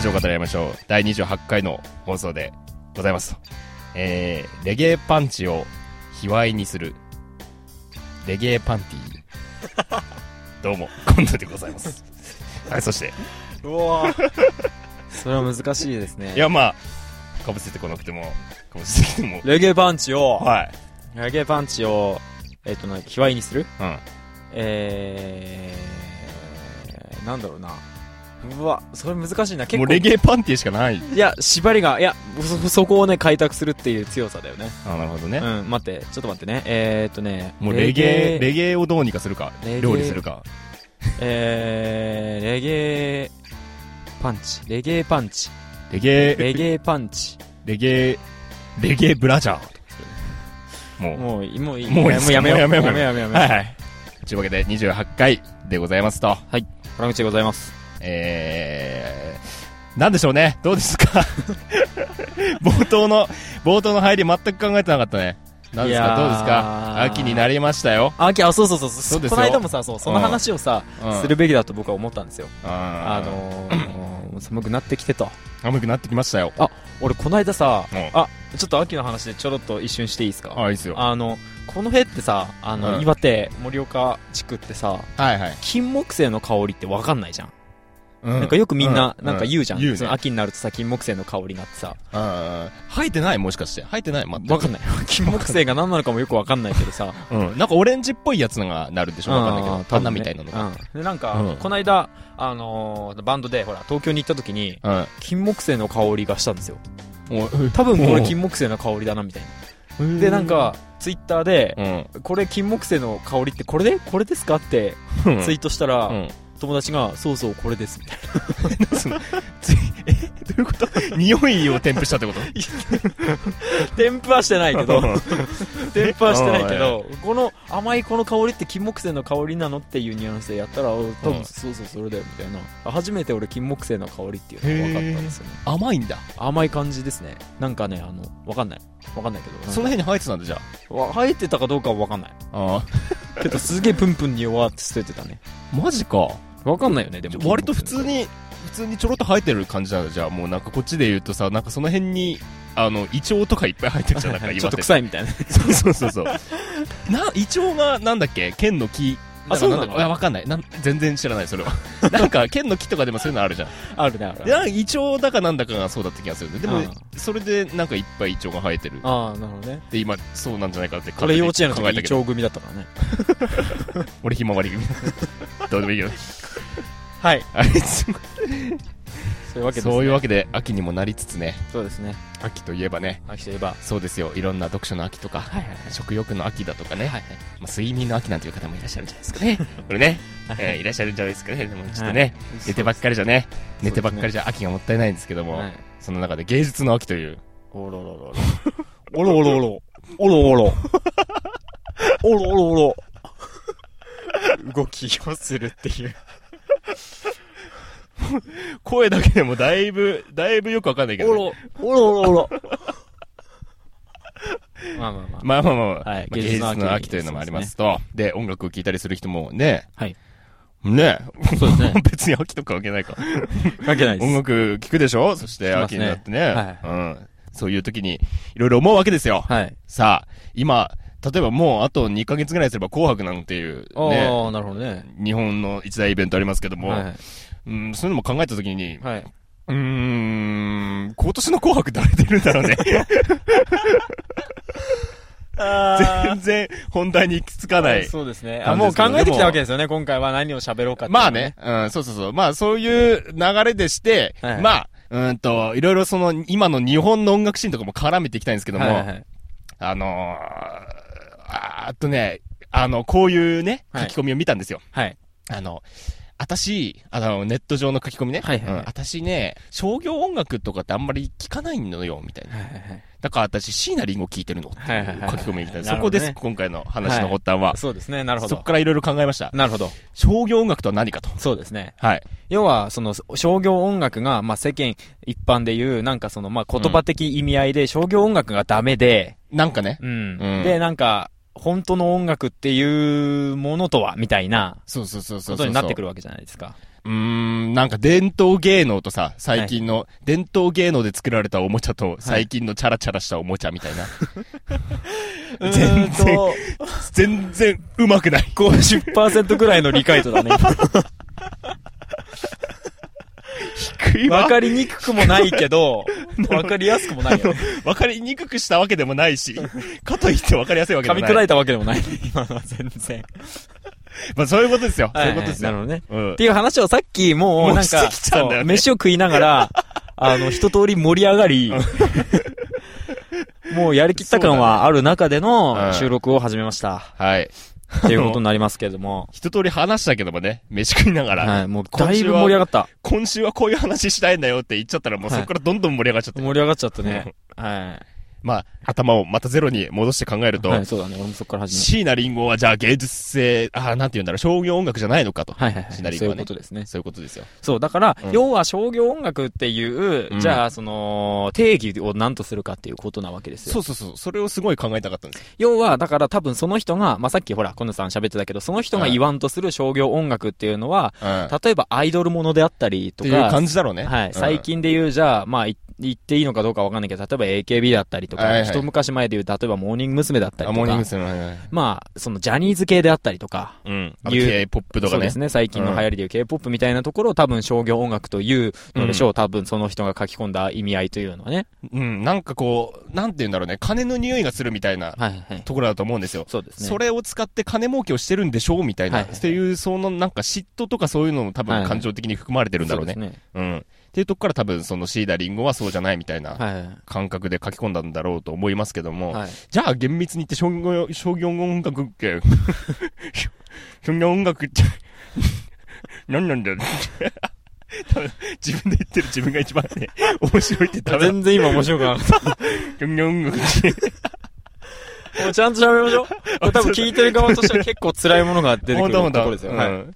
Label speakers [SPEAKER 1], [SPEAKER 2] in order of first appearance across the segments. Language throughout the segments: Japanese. [SPEAKER 1] ジオ語り合いましょう。第28回の放送でございますと。えー、レゲエパンチを卑猥にする。レゲエパンティー。 どうも、今度でございます。はい、そして、
[SPEAKER 2] うわーそれは難しいですね
[SPEAKER 1] いや、まあ、かぶせてこなくても、かぶせてきても、
[SPEAKER 2] レゲエパンチを、
[SPEAKER 1] はい。
[SPEAKER 2] レゲエパンチをえっ、となんか卑猥にする
[SPEAKER 1] うん。
[SPEAKER 2] えー、なんだろうなうわそれ難しいな結
[SPEAKER 1] もう
[SPEAKER 2] 構
[SPEAKER 1] レゲエパンティーしかない。
[SPEAKER 2] いや縛りがいやそそこをね開拓するっていう強さだよね
[SPEAKER 1] あ、なるほど
[SPEAKER 2] う
[SPEAKER 1] ね。
[SPEAKER 2] ん待ってちょっと待ってねえー、っとね
[SPEAKER 1] もうレゲエ、レ
[SPEAKER 2] レゲ
[SPEAKER 1] ゲエをどうにかするか
[SPEAKER 2] レゲ、エ
[SPEAKER 1] 料理するか。
[SPEAKER 2] えー、レゲエパンチレゲエパンチ
[SPEAKER 1] レゲエ、
[SPEAKER 2] レゲエパンチ
[SPEAKER 1] レゲエ、レゲエブラジャー。もう、
[SPEAKER 2] もういもういい
[SPEAKER 1] もういいっす
[SPEAKER 2] やめよう
[SPEAKER 1] もうやめよう
[SPEAKER 2] やめようやめようやめよう
[SPEAKER 1] はいはい。というわけで、28回でございますと。
[SPEAKER 2] 原口でございます
[SPEAKER 1] えー、なんでしょうね。どうですか 冒頭の、冒頭の入り全く考えてなかったね。なんです
[SPEAKER 2] いや
[SPEAKER 1] か
[SPEAKER 2] ー
[SPEAKER 1] どうですか秋になりましたよ。
[SPEAKER 2] あ、あそうそうそ
[SPEAKER 1] そ
[SPEAKER 2] うそうう
[SPEAKER 1] ですよ
[SPEAKER 2] この間もさ、そう、その話をさ、
[SPEAKER 1] うん
[SPEAKER 2] するべきだと僕は思ったんですよ。
[SPEAKER 1] あ
[SPEAKER 2] あの ー、もう寒くなってきてと。
[SPEAKER 1] 寒くなってきましたよ。
[SPEAKER 2] 俺、この間さ、
[SPEAKER 1] うん
[SPEAKER 2] あ、ちょっと秋の話でちょろっと一瞬していいですか
[SPEAKER 1] あ、いいですよ。
[SPEAKER 2] あの、この辺ってさ、あの、
[SPEAKER 1] うん
[SPEAKER 2] 岩手、盛岡地区ってさ、
[SPEAKER 1] はいはい。
[SPEAKER 2] 金木犀の香りってわかんないじゃん。
[SPEAKER 1] な
[SPEAKER 2] なんかよくみんな、なんか言うじゃん。
[SPEAKER 1] 言う
[SPEAKER 2] そ
[SPEAKER 1] ね
[SPEAKER 2] の。秋になるとさ、金木犀の香りがあってさ、
[SPEAKER 1] あー生えてないもしかして。生えてない全く
[SPEAKER 2] わかんない。金木犀が何なのかもよくわかんないけ どさ、
[SPEAKER 1] うん。なんかオレンジっぽいやつのがなるんでしょわかんないけ
[SPEAKER 2] あ
[SPEAKER 1] ど
[SPEAKER 2] ー。多分
[SPEAKER 1] 花
[SPEAKER 2] ね
[SPEAKER 1] みたいなのが。
[SPEAKER 2] うんでなんか、
[SPEAKER 1] うん
[SPEAKER 2] この間、あのーバンドでほら東京に行った時に
[SPEAKER 1] うん。
[SPEAKER 2] 金木犀の香りがしたんですよ
[SPEAKER 1] お
[SPEAKER 2] 多分こ
[SPEAKER 1] う
[SPEAKER 2] れ
[SPEAKER 1] ん
[SPEAKER 2] 金木犀の香りだなみたいなでなん、かツイッターで
[SPEAKER 1] う、ん。
[SPEAKER 2] これ金木犀の香りってこれでこれですかってツイートしたら、
[SPEAKER 1] うん。
[SPEAKER 2] 友達がそうそうこれですみたい
[SPEAKER 1] そのついえどういうこと匂いを添付したって こと
[SPEAKER 2] な 添付はしてないけど添付はしてないけどこの甘いこの香りって金木犀の香りなのっていうニュアンスでやったら
[SPEAKER 1] う
[SPEAKER 2] お多
[SPEAKER 1] ん
[SPEAKER 2] 分そうそうそれだよみたいなあ初めて俺金木犀の香りっていうのが分かったんですよね
[SPEAKER 1] 甘いんだ、
[SPEAKER 2] 甘い感じですねなんかねあのわかんないわかんないけどなんか
[SPEAKER 1] その辺に生えてたんだじゃ
[SPEAKER 2] わ生えてたかどうかはわかんない
[SPEAKER 1] ああ
[SPEAKER 2] けどすげえプンプンに弱って捨ててたね
[SPEAKER 1] マジか
[SPEAKER 2] わかんないよねでも
[SPEAKER 1] 割と普通に普通にちょろっと生えてる感じなんだじゃあもうなんかこっちで言うとさなんかその辺にあのイチョウとかいっぱい生えてるじゃんなんか
[SPEAKER 2] ちょ
[SPEAKER 1] 岩
[SPEAKER 2] っ
[SPEAKER 1] 手
[SPEAKER 2] と臭いみたいな
[SPEAKER 1] そうそうそうそうなイチョウがなんだっけ剣の木
[SPEAKER 2] あそうなの
[SPEAKER 1] んだいやわかんないなん全然知らないそれ はなんか剣の木とかでもそういうのあるじゃん
[SPEAKER 2] あるねある
[SPEAKER 1] でなんかイチョウだかなんだかがそうだった気がするんででも
[SPEAKER 2] あ
[SPEAKER 1] それでなんかいっぱいイチョウが生えてる
[SPEAKER 2] ああなるほどね
[SPEAKER 1] で今そうなんじゃないかって
[SPEAKER 2] これ幼稚園の
[SPEAKER 1] 考え
[SPEAKER 2] 時
[SPEAKER 1] た
[SPEAKER 2] イ
[SPEAKER 1] け
[SPEAKER 2] チ
[SPEAKER 1] ど
[SPEAKER 2] ョウ組だったからね
[SPEAKER 1] 俺ひまわり組 どうでもいいよ
[SPEAKER 2] はい
[SPEAKER 1] あいつ
[SPEAKER 2] そういうわけですね
[SPEAKER 1] そういうわけで秋にもなりつつね
[SPEAKER 2] そうですね
[SPEAKER 1] 秋といえばね
[SPEAKER 2] 秋といえば
[SPEAKER 1] そうですよいろんな読書の秋とか
[SPEAKER 2] はいはい
[SPEAKER 1] 食欲の秋だとかね、
[SPEAKER 2] はい
[SPEAKER 1] まあ、睡眠の秋なんていう方もいらっしゃるんじゃないですかねこれね、
[SPEAKER 2] はい
[SPEAKER 1] えーいらっしゃるんじゃないですかねでもちょっとね、寝てばっ
[SPEAKER 2] り
[SPEAKER 1] かりじゃね
[SPEAKER 2] そうですね
[SPEAKER 1] 寝てばっかりじゃ秋がもったいないんですけども、
[SPEAKER 2] はい
[SPEAKER 1] その中で芸術の秋という
[SPEAKER 2] おろろろろおろおろおろおろおろおろおろおろ動きをするっていう
[SPEAKER 1] 声だけでもだいぶだいぶよくわかんないけど、ね、
[SPEAKER 2] おろおろおろ。まあまあまあ。
[SPEAKER 1] まあまあまあ、
[SPEAKER 2] はい
[SPEAKER 1] まあ芸
[SPEAKER 2] 芸
[SPEAKER 1] 術
[SPEAKER 2] 術の秋
[SPEAKER 1] の秋というのもありますと。で音楽を聴いたりする人もね。
[SPEAKER 2] はい。
[SPEAKER 1] ね。
[SPEAKER 2] そう ですね
[SPEAKER 1] 別に秋とか関係ないか。
[SPEAKER 2] 関係ない
[SPEAKER 1] 音
[SPEAKER 2] です。
[SPEAKER 1] 楽聴くでしょそして
[SPEAKER 2] 聞きま
[SPEAKER 1] 秋
[SPEAKER 2] す
[SPEAKER 1] に
[SPEAKER 2] ね
[SPEAKER 1] なってね。
[SPEAKER 2] はい
[SPEAKER 1] うん。そういう時に、いろいろ思うわけですよ。
[SPEAKER 2] はい。
[SPEAKER 1] さあ、今、例えばもうあと2ヶ月ぐらいすれば紅白なんていう
[SPEAKER 2] ああ
[SPEAKER 1] ね、
[SPEAKER 2] ー、なるほどね。
[SPEAKER 1] 日本の一大イベントありますけども、
[SPEAKER 2] は
[SPEAKER 1] うん、そういうのも考えた時に
[SPEAKER 2] い。、はい。
[SPEAKER 1] うーん、今年の紅白誰出るんだろ うね。全然本題に行き着かない。
[SPEAKER 2] そうですね。
[SPEAKER 1] あ
[SPEAKER 2] あ、もう考えてきたわけ
[SPEAKER 1] で
[SPEAKER 2] ですよね。今回は何を喋ろうかっていう
[SPEAKER 1] まあね。、うん、そうそうそう。まあそういう流れでして、
[SPEAKER 2] はい
[SPEAKER 1] まあ、うーんと、いろいろその、今の日本の音楽シーンとかも絡めていきたいんですけども、
[SPEAKER 2] はいはいはい。
[SPEAKER 1] あのー、あーっとね、あの、こういうね、
[SPEAKER 2] は
[SPEAKER 1] 書
[SPEAKER 2] い
[SPEAKER 1] き込みを見たんですよ。
[SPEAKER 2] はい。
[SPEAKER 1] あの、私、あの、ネット上の書き込みね。
[SPEAKER 2] はいはいはい
[SPEAKER 1] うん私ね、商業音楽とかってあんまり聞かないのよ、みたいな。だから私、椎名林檎聞いてるのっていう
[SPEAKER 2] はいはいはい
[SPEAKER 1] 書き込みみたいな。
[SPEAKER 2] な
[SPEAKER 1] そ
[SPEAKER 2] る
[SPEAKER 1] こ
[SPEAKER 2] ほ
[SPEAKER 1] で
[SPEAKER 2] どね
[SPEAKER 1] す、今回の話の発端は。
[SPEAKER 2] そうですね。なるほ
[SPEAKER 1] そこ
[SPEAKER 2] ど。
[SPEAKER 1] からいろいろ考えました。
[SPEAKER 2] なるほど。
[SPEAKER 1] 商業音楽とは何かと。
[SPEAKER 2] そうですね。
[SPEAKER 1] はい。
[SPEAKER 2] 要は、その、商業音楽が、まあ、世間一般でいう、なんかその、まあ、言葉的意味合いで、商業音楽がダメで、
[SPEAKER 1] なんかね。
[SPEAKER 2] うん
[SPEAKER 1] うん
[SPEAKER 2] で、なんか、本当の音楽っていうものとは、みたいな、
[SPEAKER 1] そうそうそうそうそう。
[SPEAKER 2] ことになってくるわけじゃないですか。
[SPEAKER 1] うーん、なんか伝統芸能とさ、最近の、伝統芸能で作られたおもちゃと、最近のチャラチャラしたおもちゃみたいな。全
[SPEAKER 2] う
[SPEAKER 1] 然
[SPEAKER 2] ーんと、
[SPEAKER 1] 全然うまく ない。
[SPEAKER 2] 50%ぐらいの理解度だ ね。
[SPEAKER 1] 低い
[SPEAKER 2] わ
[SPEAKER 1] わ。
[SPEAKER 2] かりにくくもないけど、わかりやすくもないよね。
[SPEAKER 1] わかりにくくしたわけでもないし、かといってわかりやすいわけで
[SPEAKER 2] 噛
[SPEAKER 1] も
[SPEAKER 2] み
[SPEAKER 1] ない。
[SPEAKER 2] 砕いたわけ でもない、ね、今のは全然。
[SPEAKER 1] まあそういうことですよ。そう
[SPEAKER 2] はいいう
[SPEAKER 1] ことです
[SPEAKER 2] なる
[SPEAKER 1] よ。
[SPEAKER 2] ほどね。
[SPEAKER 1] うん
[SPEAKER 2] って。いう話をさっきも
[SPEAKER 1] も
[SPEAKER 2] う
[SPEAKER 1] う
[SPEAKER 2] なん
[SPEAKER 1] して
[SPEAKER 2] か、
[SPEAKER 1] きたんだよね
[SPEAKER 2] そう飯を食いな がら、あの、一通り盛り上がり、もうやりきった感はある中で
[SPEAKER 1] そうだ
[SPEAKER 2] の
[SPEAKER 1] ね
[SPEAKER 2] 収録を始めました。
[SPEAKER 1] はい。
[SPEAKER 2] っていうことになりますけれども。
[SPEAKER 1] 一通り話したけどもね、飯食いながら、
[SPEAKER 2] はい、もうだいぶ盛り上がった。
[SPEAKER 1] 今週はこういう話したいんだよって言っちゃったら、もうそこからどんどん盛り上がっちゃって。
[SPEAKER 2] 盛り上がっちゃったね。は
[SPEAKER 1] まあ、頭をまたゼロに戻して考える
[SPEAKER 2] い。
[SPEAKER 1] と、
[SPEAKER 2] はい、そうだね。俺もそこから始
[SPEAKER 1] 椎名林檎はじゃあ芸術性、ああ、なんて言うんだろう、商業音楽じゃないのかと。
[SPEAKER 2] めはいはい
[SPEAKER 1] シ
[SPEAKER 2] は
[SPEAKER 1] ナリ
[SPEAKER 2] い。
[SPEAKER 1] オ
[SPEAKER 2] そう
[SPEAKER 1] が
[SPEAKER 2] い
[SPEAKER 1] ね
[SPEAKER 2] うことですね。
[SPEAKER 1] そういうことですよ。
[SPEAKER 2] そう、だから、
[SPEAKER 1] うん
[SPEAKER 2] 要は商業音楽っていう、
[SPEAKER 1] うん
[SPEAKER 2] じゃあ、その、定義を何とするかっていうことなわけですよ。
[SPEAKER 1] そうそうそう、それをすごい考えたかったんですよ。
[SPEAKER 2] 要は、だから多分その人が、まあ、さっきほら、コ野さん喋ってたけど、その人が
[SPEAKER 1] はい
[SPEAKER 2] 言わんとする商業音楽っていうのは、
[SPEAKER 1] うん。っ
[SPEAKER 2] 例えばアイドルものであったりと
[SPEAKER 1] ていう
[SPEAKER 2] か、
[SPEAKER 1] 感じだろうね。
[SPEAKER 2] は
[SPEAKER 1] うん
[SPEAKER 2] い、最。近で言う、じゃあ、まあ、い言っていいのかどうかわかんないけど、例えば AKB だったりとか、
[SPEAKER 1] はいはい
[SPEAKER 2] 一昔前で言う、例えばモーニング娘。だったり
[SPEAKER 1] あ、
[SPEAKER 2] と
[SPEAKER 1] モーニン
[SPEAKER 2] か
[SPEAKER 1] グ、娘。はいはい
[SPEAKER 2] まあ、そのジャニーズ系であったりとか、
[SPEAKER 1] うん。あと
[SPEAKER 2] いう
[SPEAKER 1] K-POP と
[SPEAKER 2] そ
[SPEAKER 1] か
[SPEAKER 2] うで
[SPEAKER 1] ね
[SPEAKER 2] す。ね。最近の流行りでいう K-POP みたいなところを多分商業音楽というのでしょう。多分その人が書き込んだ意味合いというのはね。
[SPEAKER 1] うん。なんかこう、なんて言うんだろうね、金の匂いがするみたいな
[SPEAKER 2] はいはい。
[SPEAKER 1] ところだと思うんですよ。
[SPEAKER 2] そうですね。
[SPEAKER 1] それを使って金儲けをしてるんでしょうみたいな、
[SPEAKER 2] はいはい
[SPEAKER 1] っていう、そのなんか嫉妬とかそういうのも多
[SPEAKER 2] はい
[SPEAKER 1] 分
[SPEAKER 2] はい
[SPEAKER 1] 感情的に含まれてるんだろうね。
[SPEAKER 2] そうです
[SPEAKER 1] うん。っていうとこから多分そのシーダリンゴはそうじゃないみたいな
[SPEAKER 2] ね。は
[SPEAKER 1] 感覚で書き込んだんだろうと思いますけども、
[SPEAKER 2] い。はい。
[SPEAKER 1] じゃあ厳密に言って商業、商業音楽っけ 商業音楽って、 何なんだよ。多分自分で言ってる自分が一番ね、面白いって多分、
[SPEAKER 2] 全然今面白くなかっ
[SPEAKER 1] 商業音楽って、
[SPEAKER 2] た。もうちゃんと喋りまし ょう。これ多分聞いてる側としては結構辛いものが出てく
[SPEAKER 1] 本
[SPEAKER 2] る
[SPEAKER 1] 当
[SPEAKER 2] と
[SPEAKER 1] 本
[SPEAKER 2] こ
[SPEAKER 1] 当。
[SPEAKER 2] ろですよ。
[SPEAKER 1] うん
[SPEAKER 2] は
[SPEAKER 1] だか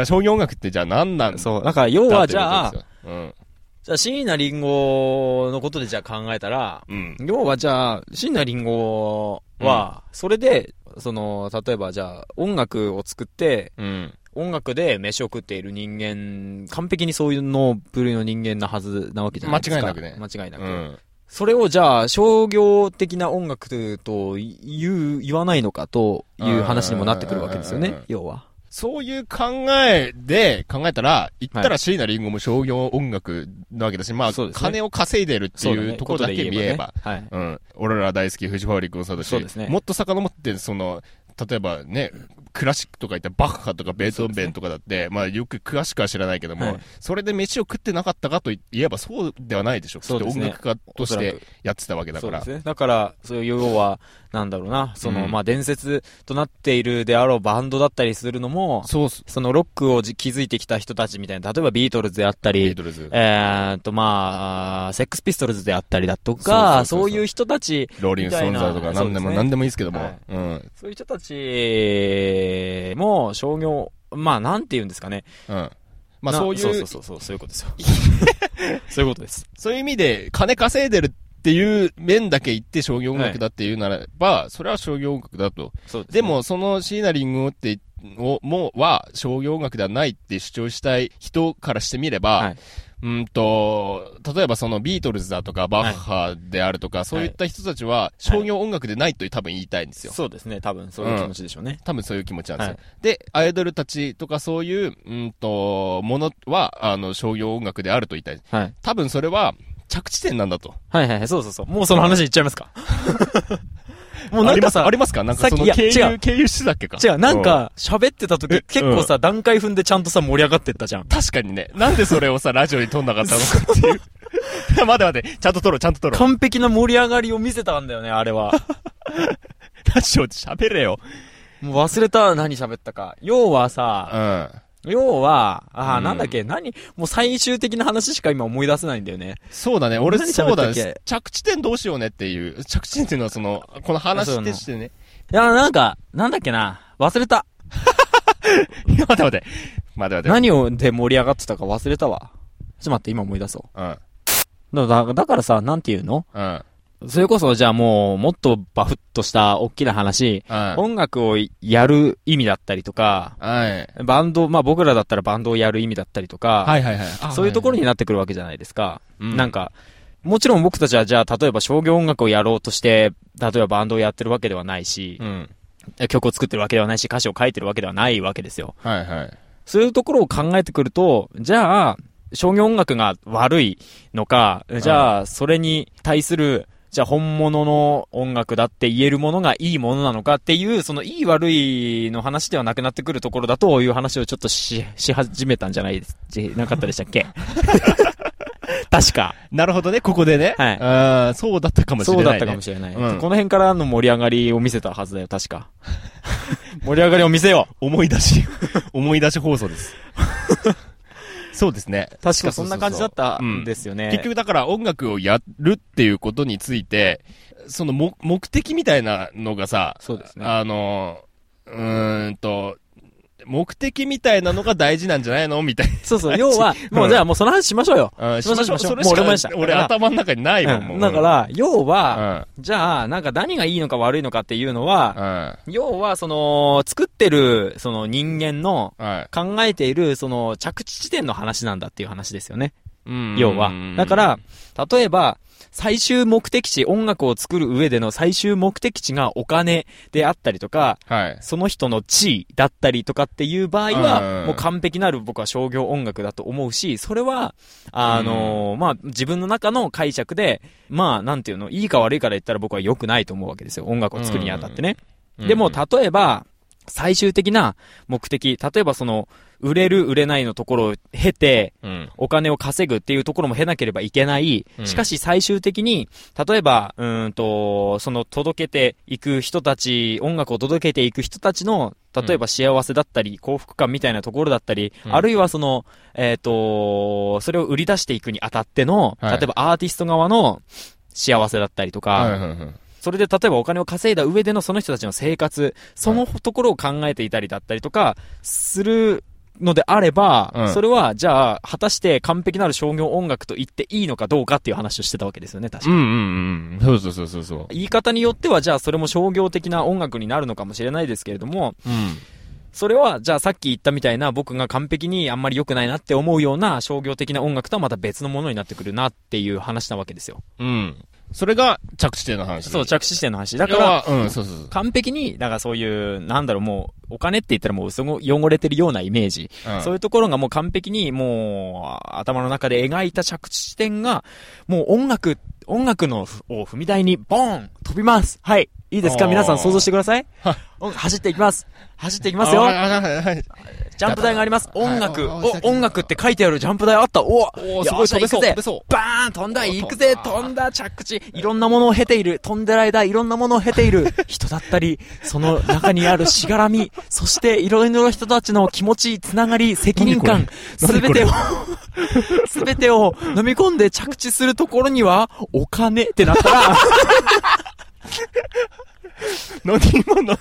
[SPEAKER 1] ら商業音楽ってじゃあ何なん
[SPEAKER 2] い。
[SPEAKER 1] だ
[SPEAKER 2] そう。だから要はじゃ
[SPEAKER 1] っ
[SPEAKER 2] あ
[SPEAKER 1] ていう、ことですよ、
[SPEAKER 2] じゃあ椎名林檎のことでじゃあ考えたら、
[SPEAKER 1] うん。うん。
[SPEAKER 2] 要はじゃあ、椎名林檎は、それで、その、例えばじゃあ、音楽を作って、
[SPEAKER 1] うん。
[SPEAKER 2] 音楽で飯を食っている人間、完璧にそういうの部類の人間なはずなわけじゃないですか。
[SPEAKER 1] 間違いなくね
[SPEAKER 2] 間違いなく。
[SPEAKER 1] うん。
[SPEAKER 2] それをじゃあ、商業的な音楽と言う、言わないのかという話にもなってくるわけですよ
[SPEAKER 1] うんうん
[SPEAKER 2] ね
[SPEAKER 1] うん、
[SPEAKER 2] 要は。
[SPEAKER 1] そういう考えで考えたら、言ったら椎名林檎も商業音楽なわけだし、まあ、
[SPEAKER 2] そうですね
[SPEAKER 1] 金を稼いでるって
[SPEAKER 2] そう
[SPEAKER 1] いうところだけ見えば、
[SPEAKER 2] だね。はい。
[SPEAKER 1] うん。俺ら大好き、フジファブリックもそうだし、
[SPEAKER 2] そうですね
[SPEAKER 1] もっと遡って、その、例えばね、クラシックとか言ったらバッハとかベートーベンとかだって、まあよく詳しくは知らないけども、
[SPEAKER 2] はい
[SPEAKER 1] それで飯を食ってなかったかとい言えばそうではないでしょ。きっ
[SPEAKER 2] そう
[SPEAKER 1] と
[SPEAKER 2] です
[SPEAKER 1] 音
[SPEAKER 2] ね
[SPEAKER 1] 楽家とし
[SPEAKER 2] おそら
[SPEAKER 1] て
[SPEAKER 2] く
[SPEAKER 1] やってたわけだ
[SPEAKER 2] そ
[SPEAKER 1] か
[SPEAKER 2] うで
[SPEAKER 1] ら。
[SPEAKER 2] すね。だから、そういう要は、なんだろうな、その、
[SPEAKER 1] うん
[SPEAKER 2] まあ、伝説となっているであろうバンドだったりするのも、
[SPEAKER 1] そうっす。
[SPEAKER 2] そのロックをじ築いてきた人たちみたいな、例えばビートルズであった
[SPEAKER 1] ビ
[SPEAKER 2] り
[SPEAKER 1] ー、トルズ、
[SPEAKER 2] えーっと、まあ、あーセックスピストルズであったりだとか、
[SPEAKER 1] そうそうそ
[SPEAKER 2] そう
[SPEAKER 1] うそう
[SPEAKER 2] いう人たち、
[SPEAKER 1] ローリングストーンズだとか
[SPEAKER 2] みたいな
[SPEAKER 1] 何でも、
[SPEAKER 2] そうですね
[SPEAKER 1] 何でもいいですけども、
[SPEAKER 2] はい
[SPEAKER 1] うん。
[SPEAKER 2] そういう人たちも商業、まあ、なんて言うんですかね。
[SPEAKER 1] うん。まあ
[SPEAKER 2] な
[SPEAKER 1] そうい
[SPEAKER 2] そう
[SPEAKER 1] う
[SPEAKER 2] そうそうそう、そういうこと ですよ。そういうことです。
[SPEAKER 1] そういう意味で、金稼いでるっていう面だけ言って商業音楽だっていうならば、それは商業音楽だと。
[SPEAKER 2] そうです
[SPEAKER 1] で、
[SPEAKER 2] ね
[SPEAKER 1] も、そのシーナリングって、を、も、は、商業音楽ではないって主張したい人からしてみれば、
[SPEAKER 2] はい
[SPEAKER 1] うんと、例えばそのビートルズだとか、バッハであるとか、そういった人たちは、商業音楽でないと多分言いたいんですよ。
[SPEAKER 2] そうですね、多分、そういう気持ちでしょうね。
[SPEAKER 1] 多分そういう気持ちなんですよ。
[SPEAKER 2] はい
[SPEAKER 1] で、アイドルたちとかそういう、うんと、ものは、あの、商業音楽であると言いたい。
[SPEAKER 2] はい。
[SPEAKER 1] 多分それは、着地点なんだと。
[SPEAKER 2] はいはいはい、そうそうそう。もうその話いっちゃいますか。 もう
[SPEAKER 1] あ
[SPEAKER 2] なん
[SPEAKER 1] り
[SPEAKER 2] か
[SPEAKER 1] ます
[SPEAKER 2] さ
[SPEAKER 1] あ、りますかなんかその
[SPEAKER 2] さっき
[SPEAKER 1] 経
[SPEAKER 2] いや違
[SPEAKER 1] 由、経由してたっけか
[SPEAKER 2] 違う、なん、か、喋ってた時、結構さ、段階踏んでちゃんとさ、盛り上がってったじゃん
[SPEAKER 1] う。確かにね、なんでそれをさ、ラジオに撮んなかったのかっていう。 待て待て、ちゃんと撮ろう、ちゃんと撮ろう。
[SPEAKER 2] 完璧な盛り上がりを見せたんだよね、あれは。
[SPEAKER 1] ラジオで喋れよ。
[SPEAKER 2] もう忘れた、何喋ったか。要は
[SPEAKER 1] うん。
[SPEAKER 2] さ、
[SPEAKER 1] あ
[SPEAKER 2] 要は、あ
[SPEAKER 1] う
[SPEAKER 2] あ、
[SPEAKER 1] ん
[SPEAKER 2] なんだっけ、何、もう最終的な話しか今思い出せないんだよね。
[SPEAKER 1] そうだね、俺、
[SPEAKER 2] 何
[SPEAKER 1] そ
[SPEAKER 2] 喋
[SPEAKER 1] う
[SPEAKER 2] った
[SPEAKER 1] だ
[SPEAKER 2] っけ
[SPEAKER 1] ね。着地点どうしようねっていう。着地点っていうのはその、この話
[SPEAKER 2] そう
[SPEAKER 1] で
[SPEAKER 2] なの
[SPEAKER 1] してね。
[SPEAKER 2] いや、なんか、なんだっけな、忘れた。
[SPEAKER 1] 待て待て。待て待て。
[SPEAKER 2] 何をで盛り上がってたか忘れたわ。ちょっと待って、今思い出そ
[SPEAKER 1] うん。
[SPEAKER 2] う。だだだからさ、なんて言うの
[SPEAKER 1] うん。
[SPEAKER 2] それこそ、じゃあもう、もっとバフッとした大きな話、
[SPEAKER 1] は
[SPEAKER 2] 音楽をやる意味だったりとか、
[SPEAKER 1] い。はい。
[SPEAKER 2] バンド、まあ僕らだったらバンドをやる意味だったりとか、
[SPEAKER 1] はいはいはい。あ
[SPEAKER 2] そういうところ、に
[SPEAKER 1] は
[SPEAKER 2] なってくるわけじゃないですか。
[SPEAKER 1] いはい
[SPEAKER 2] なん、か、もちろん僕たちはじゃあ、例えば商業音楽をやろうとして、例えばバンドをやってるわけではないし
[SPEAKER 1] う、ん。
[SPEAKER 2] 曲を作ってるわけではないし、歌詞を書いてるわけではないわけですよ。
[SPEAKER 1] はいはい。
[SPEAKER 2] そういうところを考えてくると、じゃあ、商業音楽が悪いのか、じゃあ、それに対する、じゃあ本物の音楽だって言えるものがいいものなのかっていう、そのいい悪いの話ではなくなってくるところだという話をちょっとし、し始めたんじゃないです、じなかったでしたっ け確か。
[SPEAKER 1] なるほどね、ここでね。
[SPEAKER 2] はい
[SPEAKER 1] あーそうだったかもしれ
[SPEAKER 2] そ
[SPEAKER 1] な
[SPEAKER 2] う
[SPEAKER 1] い、ね。
[SPEAKER 2] だったかもしれない。
[SPEAKER 1] うん
[SPEAKER 2] この辺からの盛り上がりを見せたはずだよ、確か。 盛り上がりを見せよう
[SPEAKER 1] 思い出し、思い出し放送 です。そうですね。、
[SPEAKER 2] 確かそんな感じだったんですすよね。
[SPEAKER 1] 結局だから音楽をやるっていうことについて、その目目的みたいなのがさ、
[SPEAKER 2] そうですね。
[SPEAKER 1] あの、うーんと、目的みたいなのが大事なんじゃないのみたい
[SPEAKER 2] そうそう、要 は、もうじゃあもうその話しましょうよ。
[SPEAKER 1] な。うん
[SPEAKER 2] しましょう
[SPEAKER 1] それ
[SPEAKER 2] もう
[SPEAKER 1] し
[SPEAKER 2] 俺もでし
[SPEAKER 1] か
[SPEAKER 2] た
[SPEAKER 1] 俺
[SPEAKER 2] だから
[SPEAKER 1] 頭の中にないもん、も
[SPEAKER 2] う
[SPEAKER 1] うん
[SPEAKER 2] だか、ら、要
[SPEAKER 1] う
[SPEAKER 2] は、
[SPEAKER 1] ん。
[SPEAKER 2] じゃあ、なんか何がいいのか悪いのかっていうのは、
[SPEAKER 1] は
[SPEAKER 2] 要は、その、作ってる、その人間の、
[SPEAKER 1] い。はい。
[SPEAKER 2] 考えている、その、着地地点の話なんだっていう話ですよね。
[SPEAKER 1] うん
[SPEAKER 2] 要は。だから、、例えば、最終目的地、音楽を作る上での最終目的地がお金であったりとか、
[SPEAKER 1] はい。
[SPEAKER 2] その人の地位だったりとかっていう場合
[SPEAKER 1] う
[SPEAKER 2] は、
[SPEAKER 1] ん
[SPEAKER 2] もう完璧なる僕は商業音楽だと思うし、それは、あのーまあ、自分の中の解釈で、まあ、なんていうの、いいか悪いかで言ったら僕は良くないと思うわけですよ。音楽を作るにあたってね。でも、例えば、最終的な目的、例えばその、売れる売れないのところを経て、
[SPEAKER 1] うん、
[SPEAKER 2] お金を稼ぐっていうところも経なければいけない
[SPEAKER 1] うん。
[SPEAKER 2] しかし最終的に、例えば、うーんと、その届けていく人たち、音楽を届けていく人たちの、例えば幸せだったり、幸福感みたいなところだったり、
[SPEAKER 1] うん
[SPEAKER 2] あるいはその、えっ、と、それを売り出していくにあたっての、
[SPEAKER 1] はい
[SPEAKER 2] 例えばアーティスト側の幸せだったりとか、
[SPEAKER 1] はいはいはい
[SPEAKER 2] それで例えばお金を稼いだ上でのその人たちの生活、そのところを考えていたりだったりとか、するのであれば、
[SPEAKER 1] うん
[SPEAKER 2] それは、じゃあ、果たして完璧なる商業音楽と言っていいのかどうかっていう話をしてたわけですよね、確か
[SPEAKER 1] うんうんうん。そうそうそうそうそう。
[SPEAKER 2] 言い方によっては、じゃあそれも商業的な音楽になるのかもしれないですけれども、
[SPEAKER 1] うん。
[SPEAKER 2] それは、じゃあさっき言ったみたいな、僕が完璧にあんまり良くないなって思うような商業的な音楽とはまた別のものになってくるなっていう話なわけですよ。
[SPEAKER 1] うん。それが着地点の話。
[SPEAKER 2] そう、着地点の話。だ
[SPEAKER 1] だ
[SPEAKER 2] か、
[SPEAKER 1] からら、うん、そうそうそう。
[SPEAKER 2] 完璧に、だからそういう、なんだろう、もう、お金って言ったらもう、その汚れてるようなイメージ、
[SPEAKER 1] うん
[SPEAKER 2] そういうところがもう完璧に、もう、頭の中で描いた着地点が、もう音楽、音楽のふ、を踏み台に、ボーン飛びますはいいいですか
[SPEAKER 1] おー
[SPEAKER 2] 皆さん想像してくだ さい
[SPEAKER 1] はい
[SPEAKER 2] 音走っていきます走っていきますよ
[SPEAKER 1] あはいはいはい
[SPEAKER 2] ジャンプ台があります音楽
[SPEAKER 1] ああ
[SPEAKER 2] お、音楽って書いてあるジャンプ台あったお
[SPEAKER 1] お
[SPEAKER 2] よ
[SPEAKER 1] ー
[SPEAKER 2] っ
[SPEAKER 1] すごい
[SPEAKER 2] しゃ
[SPEAKER 1] 飛べそう
[SPEAKER 2] 行くぜ
[SPEAKER 1] 飛べそう
[SPEAKER 2] バーン飛んだ
[SPEAKER 1] おー
[SPEAKER 2] 行くぜ
[SPEAKER 1] 飛んだ
[SPEAKER 2] 飛んだ着地いろんなものを経ている飛んでる間いろんなものを経ている人だったり、その中にあるしがらみ、そしていろいろな人たちの気持ち、つながり、責任感、す
[SPEAKER 1] 何
[SPEAKER 2] べ
[SPEAKER 1] これ
[SPEAKER 2] てを、すべてを飲み込んで着地するところには、お金ってなったら、
[SPEAKER 1] 何今の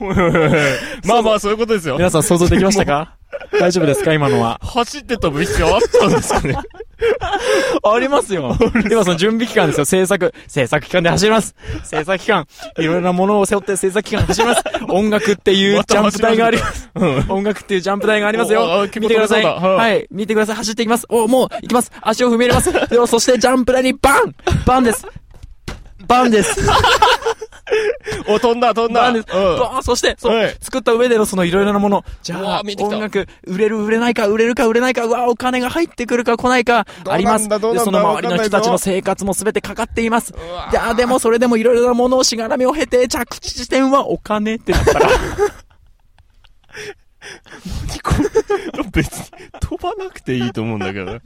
[SPEAKER 1] おいおいおい まあまあそういうことですよ。
[SPEAKER 2] 皆さん想像できましたか大丈夫ですか今のは。
[SPEAKER 1] 走って飛ぶ必要あったんですか ね。
[SPEAKER 2] ありますよ。今その準備期間ですよ。制作。制作期間で走ります。制作期間。いろいろなものを背負って制作期間走 ります。音楽っていう
[SPEAKER 1] ま
[SPEAKER 2] ジ
[SPEAKER 1] た
[SPEAKER 2] ャンプ台があります。
[SPEAKER 1] うん。
[SPEAKER 2] 音楽っていうジャンプ台がありますよ
[SPEAKER 1] おお。気
[SPEAKER 2] 見
[SPEAKER 1] 持
[SPEAKER 2] て
[SPEAKER 1] ち
[SPEAKER 2] く
[SPEAKER 1] よ
[SPEAKER 2] だ
[SPEAKER 1] さそう
[SPEAKER 2] さい。
[SPEAKER 1] だはい
[SPEAKER 2] はい。見てください。走っていきます。お、もう、行きます。足を踏み入れます。ではそしてジャンプ台にバンバンです。バンです。
[SPEAKER 1] お、飛んだ飛んだ。
[SPEAKER 2] バ
[SPEAKER 1] う
[SPEAKER 2] ンで
[SPEAKER 1] ん
[SPEAKER 2] す。。バンそして、そ
[SPEAKER 1] は
[SPEAKER 2] の
[SPEAKER 1] い、
[SPEAKER 2] 作った上でのそのいろいろなもの。じ
[SPEAKER 1] う
[SPEAKER 2] ゃあ
[SPEAKER 1] わ見え、てきた
[SPEAKER 2] 音楽、売れる売れないか、売れるか売れないか、うわ、お金が入ってくるか来ない
[SPEAKER 1] どう
[SPEAKER 2] か、
[SPEAKER 1] なんだ
[SPEAKER 2] あります。で、
[SPEAKER 1] どうなんだ
[SPEAKER 2] その周りの人たちの生活も全てかかっています。いや、でもそれでもいろいろなものをしがらみを経て、着地地点はお金ってなっ たら、
[SPEAKER 1] 別に飛ばなくていいと思うんだ けど。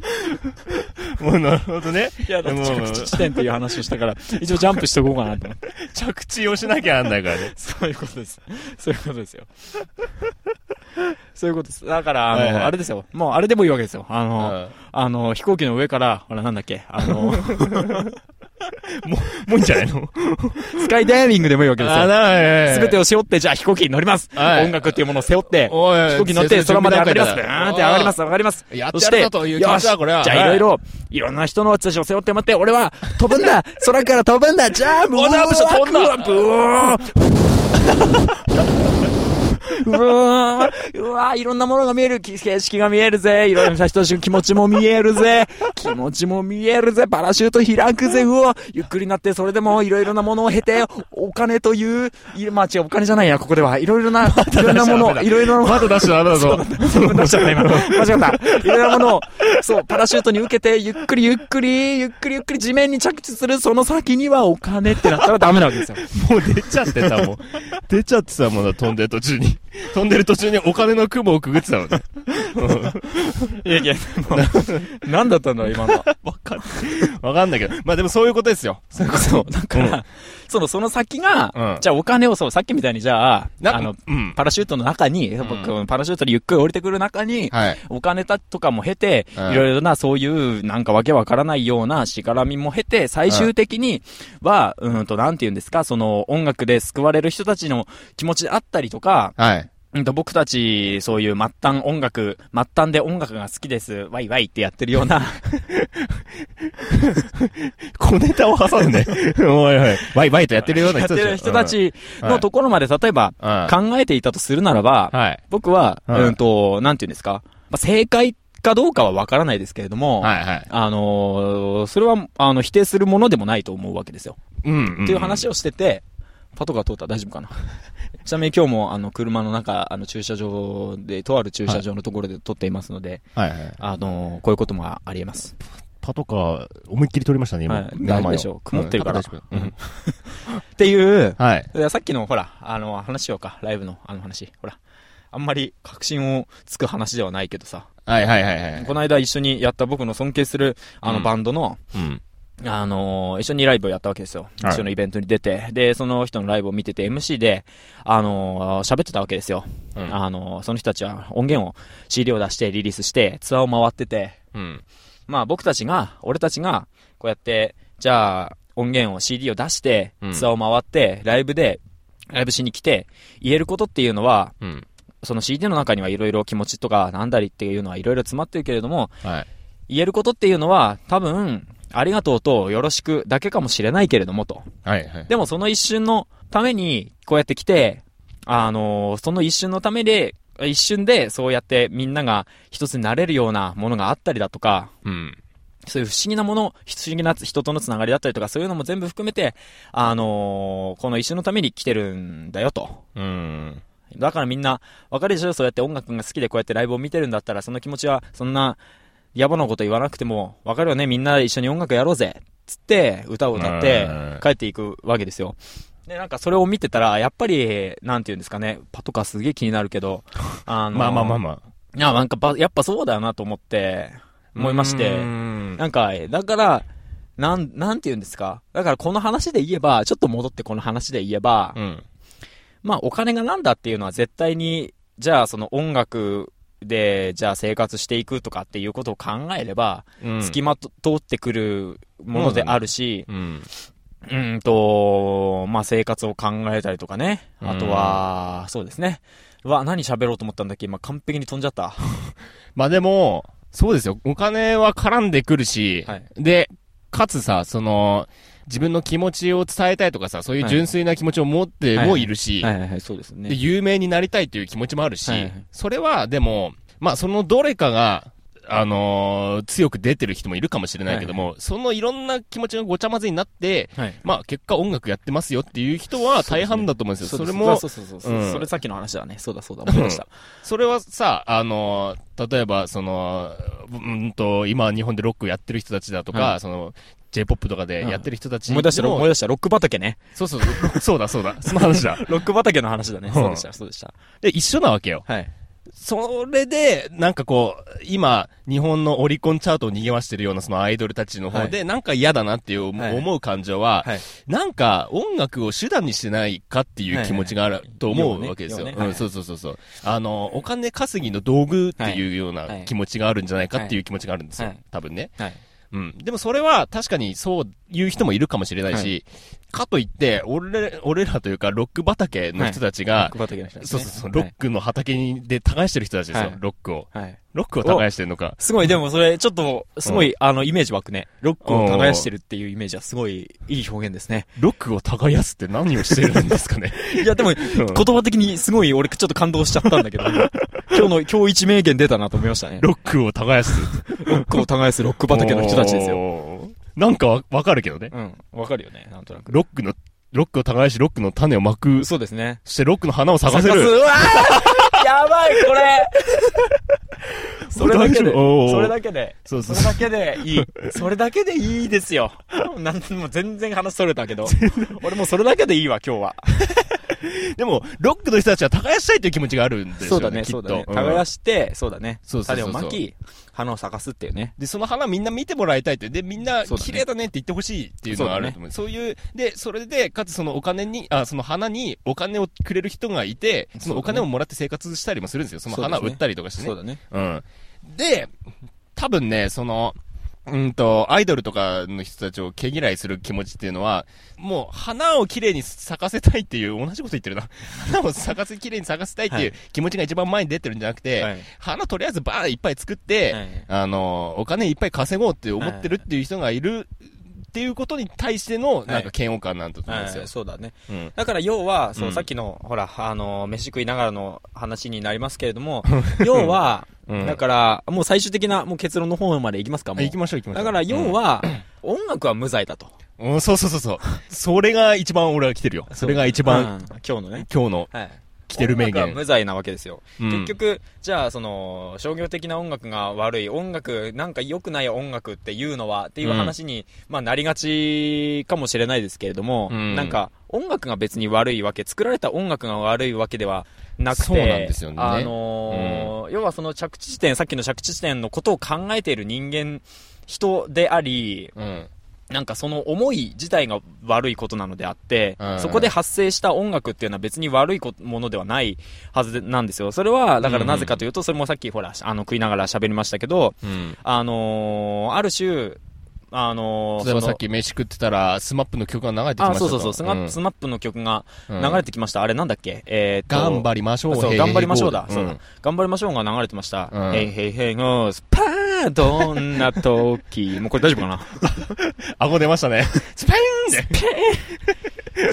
[SPEAKER 1] もうなるほどね。
[SPEAKER 2] いや、だって
[SPEAKER 1] もう
[SPEAKER 2] 着地地点っていう話をしたから、一応ジャンプしておこう かなと思って。
[SPEAKER 1] 着地をしなきゃあんだからね。
[SPEAKER 2] そういうことです。そういうことですよ。そういうことです。だから、あの、
[SPEAKER 1] はいはい
[SPEAKER 2] あれですよ。もう、あれでもいいわけですよ。あの、
[SPEAKER 1] うん
[SPEAKER 2] あの、飛行機の上から、ほら、なんだっけ、あの、
[SPEAKER 1] もういいんじゃないの
[SPEAKER 2] スカイダイビングでもいいわけですよ。
[SPEAKER 1] な
[SPEAKER 2] すべてを背負って、じゃあ飛行機に乗ります。
[SPEAKER 1] はい
[SPEAKER 2] 音楽っていうものを背負って、
[SPEAKER 1] おい
[SPEAKER 2] 飛行機に乗って空まで上がります。ブーンって上がります、上がります。
[SPEAKER 1] やっ
[SPEAKER 2] そ
[SPEAKER 1] てや
[SPEAKER 2] し
[SPEAKER 1] る
[SPEAKER 2] て、
[SPEAKER 1] ぞという気持ちだこれは
[SPEAKER 2] じゃあいろいろ、いろんな人の私を背負って待って、俺は飛ぶんだ空から飛ぶんだじ ゃあ、もう
[SPEAKER 1] おダブした飛んだ
[SPEAKER 2] ブワーうわーうわーいろんなものが見える、き景色が見えるぜ、いろんな人たちの気持ちも見えるぜ、気持ちも見えるぜ、パラシュート開くぜ、うおゆっくりになって、それでもいろいろなものを経て、お金という、いまあ違う、お金じゃないや、ここでは、いろいろ な、いろんなもの、いろいろな もの
[SPEAKER 1] まだ出しちゃダメだぞ。
[SPEAKER 2] 間違った、今の。間違った。いろんなものを、そう、パラシュートに受けて、ゆっくりゆっくり、ゆっくりゆっくり地面に着地する、その先にはお金ってなったらダメなわけですよ。
[SPEAKER 1] もう出ちゃってたもん。出ちゃってたもんだ、飛んでる途中に。飛んでる途中にお金の雲をくぐってたもんね。
[SPEAKER 2] いやいや、なんだったんだ、今の。
[SPEAKER 1] わかんない。わかんないけど。まあでもそういうことですよ。そういうこ
[SPEAKER 2] そう、だか
[SPEAKER 1] うん
[SPEAKER 2] ら、その、その先
[SPEAKER 1] う
[SPEAKER 2] が
[SPEAKER 1] ん、
[SPEAKER 2] じゃあお金を、そう、さっきみたいに、じゃあ、
[SPEAKER 1] な
[SPEAKER 2] あの、
[SPEAKER 1] うん。
[SPEAKER 2] パラシュートの中に、僕、パラシュートでゆっくり降りてくる中に、
[SPEAKER 1] はい。
[SPEAKER 2] お金たとかも経て、い
[SPEAKER 1] うん
[SPEAKER 2] ろいろなそういうなんかわけわからないようなしがらみも経て、最終的には、うんと、なんて言うんですか、その音楽で救われる人たちの気持ちであったりとか、
[SPEAKER 1] はい。
[SPEAKER 2] うんと、僕たち、そういう末端音楽、末端で音楽が好きです、ワイワイってやってるよ うな、
[SPEAKER 1] 小ネタを挟んで。 おいおい。バイバイとやってるような
[SPEAKER 2] やって
[SPEAKER 1] 人たち。
[SPEAKER 2] る人たちのところまで、例えば、
[SPEAKER 1] うん。うん
[SPEAKER 2] 考えていたとするならば、
[SPEAKER 1] はい。
[SPEAKER 2] 僕は、
[SPEAKER 1] うん
[SPEAKER 2] うんと、なんて言うんですか、まあ正解かどうかはわからないですけれども、
[SPEAKER 1] はいはい。
[SPEAKER 2] あのーそれは、あの、否定するものでもないと思うわけですよ。
[SPEAKER 1] うんうん。
[SPEAKER 2] っていう話をしてて、パトカー通ったら大丈夫かな ちなみに今日も、あの、車の中、あの、駐車場で、とある駐車場のところで撮っていますので、
[SPEAKER 1] はいはい。
[SPEAKER 2] あのーこういうこともあり得ます。
[SPEAKER 1] パトカー、思いっきり取りましたね、
[SPEAKER 2] は
[SPEAKER 1] 今
[SPEAKER 2] い。
[SPEAKER 1] 目の前を
[SPEAKER 2] 大丈夫でしょう曇ってるから
[SPEAKER 1] うんパトカー大丈
[SPEAKER 2] っていう
[SPEAKER 1] 夫、はい。
[SPEAKER 2] いやさっきの、ほら、あの、話しようか、ライブの、あの話。ほら、あんまり確信をつく話ではないけどさ、
[SPEAKER 1] はいはいはいはい。
[SPEAKER 2] この間一緒にやった僕の尊敬する、あ
[SPEAKER 1] う
[SPEAKER 2] の、
[SPEAKER 1] ん
[SPEAKER 2] バンドの、
[SPEAKER 1] うん。
[SPEAKER 2] あのー一緒にライブをやったわけですよ。
[SPEAKER 1] はい
[SPEAKER 2] 一緒のイベントに出て、で、その人のライブを見てて MC で、あのー喋ってたわけですよ。
[SPEAKER 1] うん
[SPEAKER 2] あのーその人たちは音源を CD を出してリリースして、ツアーを回ってて、
[SPEAKER 1] うん。
[SPEAKER 2] まあ僕たちが、俺たちが、こうやって、じゃあ音源を CD を出して
[SPEAKER 1] うん、
[SPEAKER 2] ツアーを回って、ライブで、ライブしに来て、言えることっていうのは、
[SPEAKER 1] うん。
[SPEAKER 2] その CD の中にはいろいろ気持ちとかなんだりっていうのはいろいろ詰まってるけれども、
[SPEAKER 1] はい。
[SPEAKER 2] 言えることっていうのは、多分、ありがとうとよろしくだけかもしれないけれどもと。
[SPEAKER 1] はいはい。
[SPEAKER 2] でもその一瞬のために、こうやって来て、あのーその一瞬のためで、一瞬でそうやってみんなが一つになれるようなものがあったりだとか、
[SPEAKER 1] うん。
[SPEAKER 2] そういう不思議なもの、不思議な人とのつながりだったりとか、そういうのも全部含めて、あのーこの一瞬のために来てるんだよと。
[SPEAKER 1] うん。
[SPEAKER 2] だからみんな、わかるでしょそうやって音楽が好きでこうやってライブを見てるんだったら、その気持ちは、そんな、野暮なこと言わなくても、わかるよねみんな一緒に音楽やろうぜつって、歌を歌って
[SPEAKER 1] うん、
[SPEAKER 2] 帰っていくわけですよ。で、なんかそれを見てたら、やっぱり、なんて言うんですかね、パトカーすげえ気になる けど、あのー
[SPEAKER 1] まあまあまあまあ。
[SPEAKER 2] いや、なんかば、やっぱそうだよなと思って、思いまして、
[SPEAKER 1] うん
[SPEAKER 2] なんか、だから、なん、なんて言うんですか。だからこの話で言えば、ちょっと戻ってこの話で言えば、
[SPEAKER 1] うん。
[SPEAKER 2] まあお金がなんだっていうのは絶対に、じゃあその音楽で、じゃあ生活していくとかっていうことを考えれば、
[SPEAKER 1] うん
[SPEAKER 2] 付きまと通ってくるものであるし、
[SPEAKER 1] うん。
[SPEAKER 2] うんと、まあ生活を考えたりとかね。
[SPEAKER 1] うん
[SPEAKER 2] あとは、そうですね。うわ、何喋ろうと思ったんだっけ今完璧に飛んじゃった。
[SPEAKER 1] まあでも、そうですよ。お金は絡んでくるし、
[SPEAKER 2] はい
[SPEAKER 1] で、かつさ、その、自分の気持ちを伝えたいとかさ、そういう純粋な気持ちを持ってもいるし、
[SPEAKER 2] はいはいはい、そうですね
[SPEAKER 1] で。有名になりたいっていう気持ちもあるし、
[SPEAKER 2] はいはい
[SPEAKER 1] それはでも、まあそのどれかが、あのー強く出てる人もいるかもしれないけども、そのいろんな気持ちがごちゃ混ぜになって、
[SPEAKER 2] はい。
[SPEAKER 1] まあ結果音楽やってますよっていう人は大半だと思うんですよ。それも、
[SPEAKER 2] そうそうそうそう、
[SPEAKER 1] うん
[SPEAKER 2] それさっきの話だね。そうだそうだ、思いました。
[SPEAKER 1] それはさ、あの、例えば、その、うんと、今日本でロックやってる人たちだとか、
[SPEAKER 2] は
[SPEAKER 1] その、J-POP とかでやってる人たち
[SPEAKER 2] 思い出した、
[SPEAKER 1] の
[SPEAKER 2] 思い出した、ロック畑ね。
[SPEAKER 1] そうそう、そうだそうだ、その話だ。
[SPEAKER 2] ロック畑の話だね。
[SPEAKER 1] ん
[SPEAKER 2] そうでした、そうでした。
[SPEAKER 1] で、一緒なわけよ。
[SPEAKER 2] はい。
[SPEAKER 1] それで、なんかこう、今、日本のオリコンチャートを逃げましてるようなそのアイドルたちの方で、なんか嫌だなっていう、
[SPEAKER 2] はい
[SPEAKER 1] 思う感情は、
[SPEAKER 2] はい
[SPEAKER 1] なんか音楽を手段にしてないかっていう気持ちがあると思うわけですよ。
[SPEAKER 2] はいはいはい
[SPEAKER 1] うん、そうそうそうそう。あの、お金稼ぎの道具っていうような気持ちがあるんじゃないかっていう気持ちがあるんですよ。
[SPEAKER 2] はい
[SPEAKER 1] 多分ね。
[SPEAKER 2] はい。
[SPEAKER 1] うん。でもそれは確かにそういう人もいるかもしれないし、かといって、俺、俺らというか、ロック畑の人たちが、
[SPEAKER 2] 配ってきましたね
[SPEAKER 1] そうそうそう、
[SPEAKER 2] は
[SPEAKER 1] ロ
[SPEAKER 2] い
[SPEAKER 1] ックの畑にで耕してる人たちですよ、
[SPEAKER 2] はい
[SPEAKER 1] ロックを。
[SPEAKER 2] はい。
[SPEAKER 1] ロックを耕してるのか。
[SPEAKER 2] すごい、でもそれ、ちょっと、すごい、あの、イメージ湧くね。ロックを耕してるっていうイメージはすごい、いい表現で すね。
[SPEAKER 1] ロックを耕すって何をしてるんですか ね。
[SPEAKER 2] いや、でも、
[SPEAKER 1] うん
[SPEAKER 2] 言葉的にすごい、俺、ちょっと感動しちゃったん だけど、今日の、今日一名言出たなと思いましたね。ロ
[SPEAKER 1] ロックを耕す。
[SPEAKER 2] ックを耕すロック畑の人たちですよ。
[SPEAKER 1] よ。なんかわわかるけどね。
[SPEAKER 2] うん。わかるよね、なんとなく。
[SPEAKER 1] ロックの、ロックを耕し、ロックの種をまく、そ
[SPEAKER 2] そうですね。
[SPEAKER 1] してロックの花を咲かせ
[SPEAKER 2] 探す
[SPEAKER 1] る。
[SPEAKER 2] うわーやばい、これそれだけ で、
[SPEAKER 1] 大丈夫おー
[SPEAKER 2] それだけで、
[SPEAKER 1] そうそ
[SPEAKER 2] そうれだけでいい。それだけでいいですよ。なんでも全然話それたけど。俺もうそれだけでいいわ、今日は。
[SPEAKER 1] でも、ロックの人たちは耕したいという気持ちがあるんです
[SPEAKER 2] そ
[SPEAKER 1] よ
[SPEAKER 2] うだ
[SPEAKER 1] ね、
[SPEAKER 2] ね、
[SPEAKER 1] きっ
[SPEAKER 2] そ
[SPEAKER 1] と。
[SPEAKER 2] うだね。
[SPEAKER 1] うん
[SPEAKER 2] 耕して、そうだね。
[SPEAKER 1] そうそうそうそう
[SPEAKER 2] 種をまき、花を咲かすっていうね。
[SPEAKER 1] で、その花みんな見てもらいたいって、で、みんな
[SPEAKER 2] そうだね
[SPEAKER 1] 綺麗だねって言ってほしいっていうのがあると思う。そういう、で、それで、かつそのお金に、あ、その花にお金をくれる人がいて、そのお金をもらって生活したりもするんですよ。その花を売ったりとかしてね。
[SPEAKER 2] そうだね。
[SPEAKER 1] うん。で、多分ね、その、うんと、アイドルとかの人たちを毛嫌いする気持ちっていうのは、もう花を綺麗に咲かせたいっていう、同じこと言ってるな。花を咲かせ、綺麗に咲かせたいっていう気持ちが一番前に出てるんじゃなくて、
[SPEAKER 2] はい
[SPEAKER 1] 花とりあえずバーンいっぱい作って、
[SPEAKER 2] はい
[SPEAKER 1] あの、お金いっぱい稼ごうって思ってるっていう人がいるっていうことに対しての、なんか嫌悪感なんだと思うんですよ
[SPEAKER 2] はい。そうだね。
[SPEAKER 1] うん
[SPEAKER 2] だから要は、そうの
[SPEAKER 1] ん
[SPEAKER 2] さっきの、ほら、あの、飯食いながらの話になりますけれ ども、要は、
[SPEAKER 1] うん
[SPEAKER 2] だから、もう最終的な、もう結論の方まで行きますか、も
[SPEAKER 1] あ
[SPEAKER 2] う。
[SPEAKER 1] 行きましょう行きましょ
[SPEAKER 2] だ
[SPEAKER 1] う。
[SPEAKER 2] から要は、音楽は無罪だと。
[SPEAKER 1] うん、うんそうそうそうそう。それが一番俺は来てるよ。それが一番、
[SPEAKER 2] うん、今日のね。
[SPEAKER 1] 今日の
[SPEAKER 2] はい。
[SPEAKER 1] 来てる名
[SPEAKER 2] 音楽は
[SPEAKER 1] 言。
[SPEAKER 2] 無罪なわけですよ。
[SPEAKER 1] うん
[SPEAKER 2] 結局、じゃあ、その、商業的な音楽が悪い、音楽、なんか良くない音楽っていうのは、っていう話に、まあ、なりがちかもしれないですけれども、
[SPEAKER 1] うん
[SPEAKER 2] なんか、音楽が別に悪いわけ、作られた音楽が悪いわけではなくて、
[SPEAKER 1] そうなんですよね
[SPEAKER 2] あのー要はその着地地点、さっきの着地地点のことを考えている人間、人であり、
[SPEAKER 1] うん。
[SPEAKER 2] なんかその思い自体が悪いことなのであって、
[SPEAKER 1] うん
[SPEAKER 2] そこで発生した音楽っていうのは別に悪いこものではないはずでなんですよ。それは、だからなぜかというと、それもさっきほら、あの、食いながら喋りましたけど、
[SPEAKER 1] うん。
[SPEAKER 2] あのーある種、あのー
[SPEAKER 1] 例えば
[SPEAKER 2] そ
[SPEAKER 1] さ
[SPEAKER 2] の
[SPEAKER 1] っき飯食ってたら、スマップの曲が流れてきま
[SPEAKER 2] あ、
[SPEAKER 1] したと
[SPEAKER 2] そうそうそう、スマスマップの曲が流れてきました。あれなんだっけえーっと、
[SPEAKER 1] 頑張りましょう、
[SPEAKER 2] そ
[SPEAKER 1] ヘイ
[SPEAKER 2] う、
[SPEAKER 1] ヘイ
[SPEAKER 2] 頑張りましょうだ。
[SPEAKER 1] ゴー
[SPEAKER 2] そう
[SPEAKER 1] ル
[SPEAKER 2] だ。頑張りましょうが流れてました。
[SPEAKER 1] うん
[SPEAKER 2] ヘイヘイヘイゴースパーどんな時、 もうこれ大丈夫かな
[SPEAKER 1] 顎出ましたね。スペインで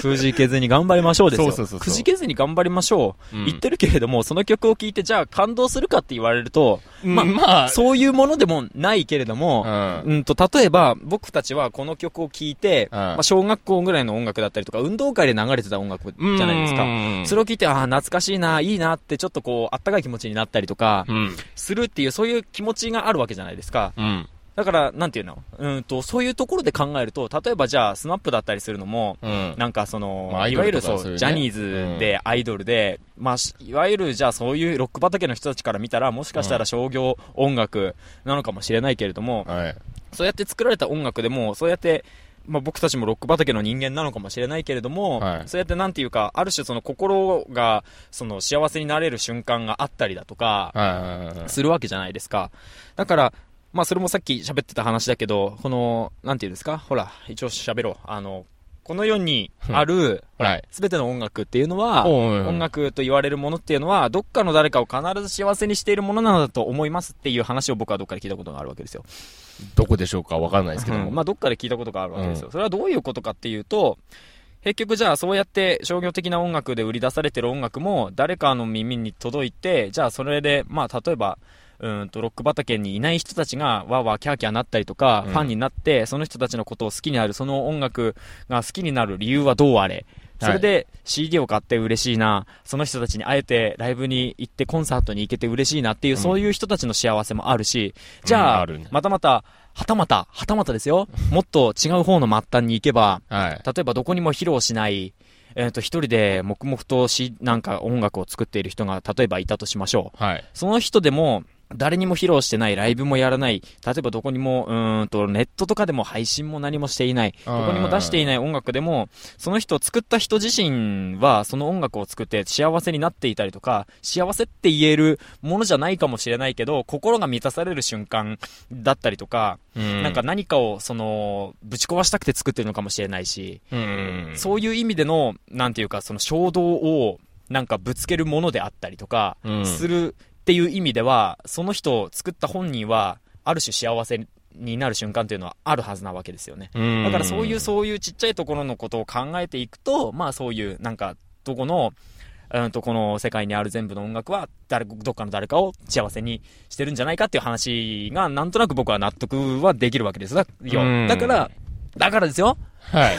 [SPEAKER 2] くじけずに頑張りましょうですよ。
[SPEAKER 1] そうそうそうそう
[SPEAKER 2] くじけずに頑張りましょう、
[SPEAKER 1] うん
[SPEAKER 2] 言ってるけれども、その曲を聴いて、じゃあ感動するかって言われると、
[SPEAKER 1] うん
[SPEAKER 2] まあ
[SPEAKER 1] まあ、
[SPEAKER 2] そういうものでもないけれども、
[SPEAKER 1] うん
[SPEAKER 2] うんと、例えば、僕たちはこの曲を聴いて、
[SPEAKER 1] うん
[SPEAKER 2] まあ、小学校ぐらいの音楽だったりとか、運動会で流れてた音楽じゃないですか。
[SPEAKER 1] うん
[SPEAKER 2] それを聞いて、ああ、懐かしいな、いいなって、ちょっとこう、あったかい気持ちになったりとか
[SPEAKER 1] う、ん。
[SPEAKER 2] するっていう、そういう気持ちがあるわけじゃないですか。
[SPEAKER 1] うん。
[SPEAKER 2] だから、なんていうのうんと、そういうところで考えると、例えばじゃあ、スナップだったりするのも、
[SPEAKER 1] うん。
[SPEAKER 2] なんかその、
[SPEAKER 1] まあアイ
[SPEAKER 2] い
[SPEAKER 1] ド
[SPEAKER 2] わゆ
[SPEAKER 1] ル
[SPEAKER 2] る
[SPEAKER 1] とか
[SPEAKER 2] そう、
[SPEAKER 1] そういうね
[SPEAKER 2] ジャニーズでアイドルで、まあ、しいわゆるじゃあそういうロック畑の人たちから見たら、もしかしたら商業音楽なのかもしれないけれども、
[SPEAKER 1] はい。
[SPEAKER 2] そうやって作られた音楽でも、そうやって、まあ、僕たちもロック畑の人間なのかもしれないけれども、
[SPEAKER 1] はい
[SPEAKER 2] そうやってなんていうか、ある種その心が、その幸せになれる瞬間があったりだとか、
[SPEAKER 1] はいはいはい。
[SPEAKER 2] するわけじゃないですか。だから、まあそれもさっき喋ってた話だけど、この、なんていうんですかほら、一応喋ろう。あの、この世にある、
[SPEAKER 1] はい。
[SPEAKER 2] すべての音楽っていうのは、
[SPEAKER 1] おうおうおう
[SPEAKER 2] 音楽と言われるものっていうのは、どっかの誰かを必ず幸せにしているものなんだと思いますっていう話を僕はどっかで聞いたことがあるわけですよ。
[SPEAKER 1] どこでしょうかわからないですけども。
[SPEAKER 2] うんまあ、どっかで聞いたことがあるわけですよ、それはどういうことかっていうと結局じゃあそうやって商業的な音楽で売り出されてる音楽も誰かの耳に届いてじゃあそれでまあ例えばうーんとロック畑にいない人たちがわーわーキャーキャーなったりとか、
[SPEAKER 1] うん
[SPEAKER 2] ファンになってその人たちのことを好きになるその音楽が好きになる理由はどうあれそれで CD を買って嬉しいな、その人たちに会えてライブに行ってコンサートに行けて嬉しいなっていう、
[SPEAKER 1] うん
[SPEAKER 2] そういう人たちの幸せもあるし、
[SPEAKER 1] うん
[SPEAKER 2] じゃあ、
[SPEAKER 1] あるね
[SPEAKER 2] またまた、はたまた、はたまたです よ。もっと違う方の末端に行けば、
[SPEAKER 1] はい。
[SPEAKER 2] 例えばどこにも披露しない、えっ、と、一人で黙々とし、なんか音楽を作っている人が、例えばいたとしましょう。
[SPEAKER 1] はい。
[SPEAKER 2] その人でも、誰にも披露してない、ライブもやらない、例えばどこにも、うーんと、ネットとかでも配信も何もしていない、
[SPEAKER 1] うん
[SPEAKER 2] どこにも出していない音楽でも、その人を作った人自身は、その音楽を作って幸せになっていたりとか、幸せって言えるものじゃないかもしれないけど、心が満たされる瞬間だったりとか、
[SPEAKER 1] な
[SPEAKER 2] なんか、何かを、その、ぶち壊したくて作ってるのかもしれないし、
[SPEAKER 1] うん。
[SPEAKER 2] そういう意味での、なんていうか、その衝動を、なんかぶつけるものであったりとか、
[SPEAKER 1] うん
[SPEAKER 2] するっていう意味では、その人を作った本人は、ある種幸せになる瞬間というのはあるはずなわけですよね。
[SPEAKER 1] うん
[SPEAKER 2] だからそういう、そういうちっちゃいところのことを考えていくと、まあそういう、なんか、どこの、うんと、この世界にある全部の音楽は、誰、どっかの誰かを幸せにしてるんじゃないかっていう話が、なんとなく僕は納得はできるわけですだ
[SPEAKER 1] うん
[SPEAKER 2] よ。だから、だからですよ。
[SPEAKER 1] はい。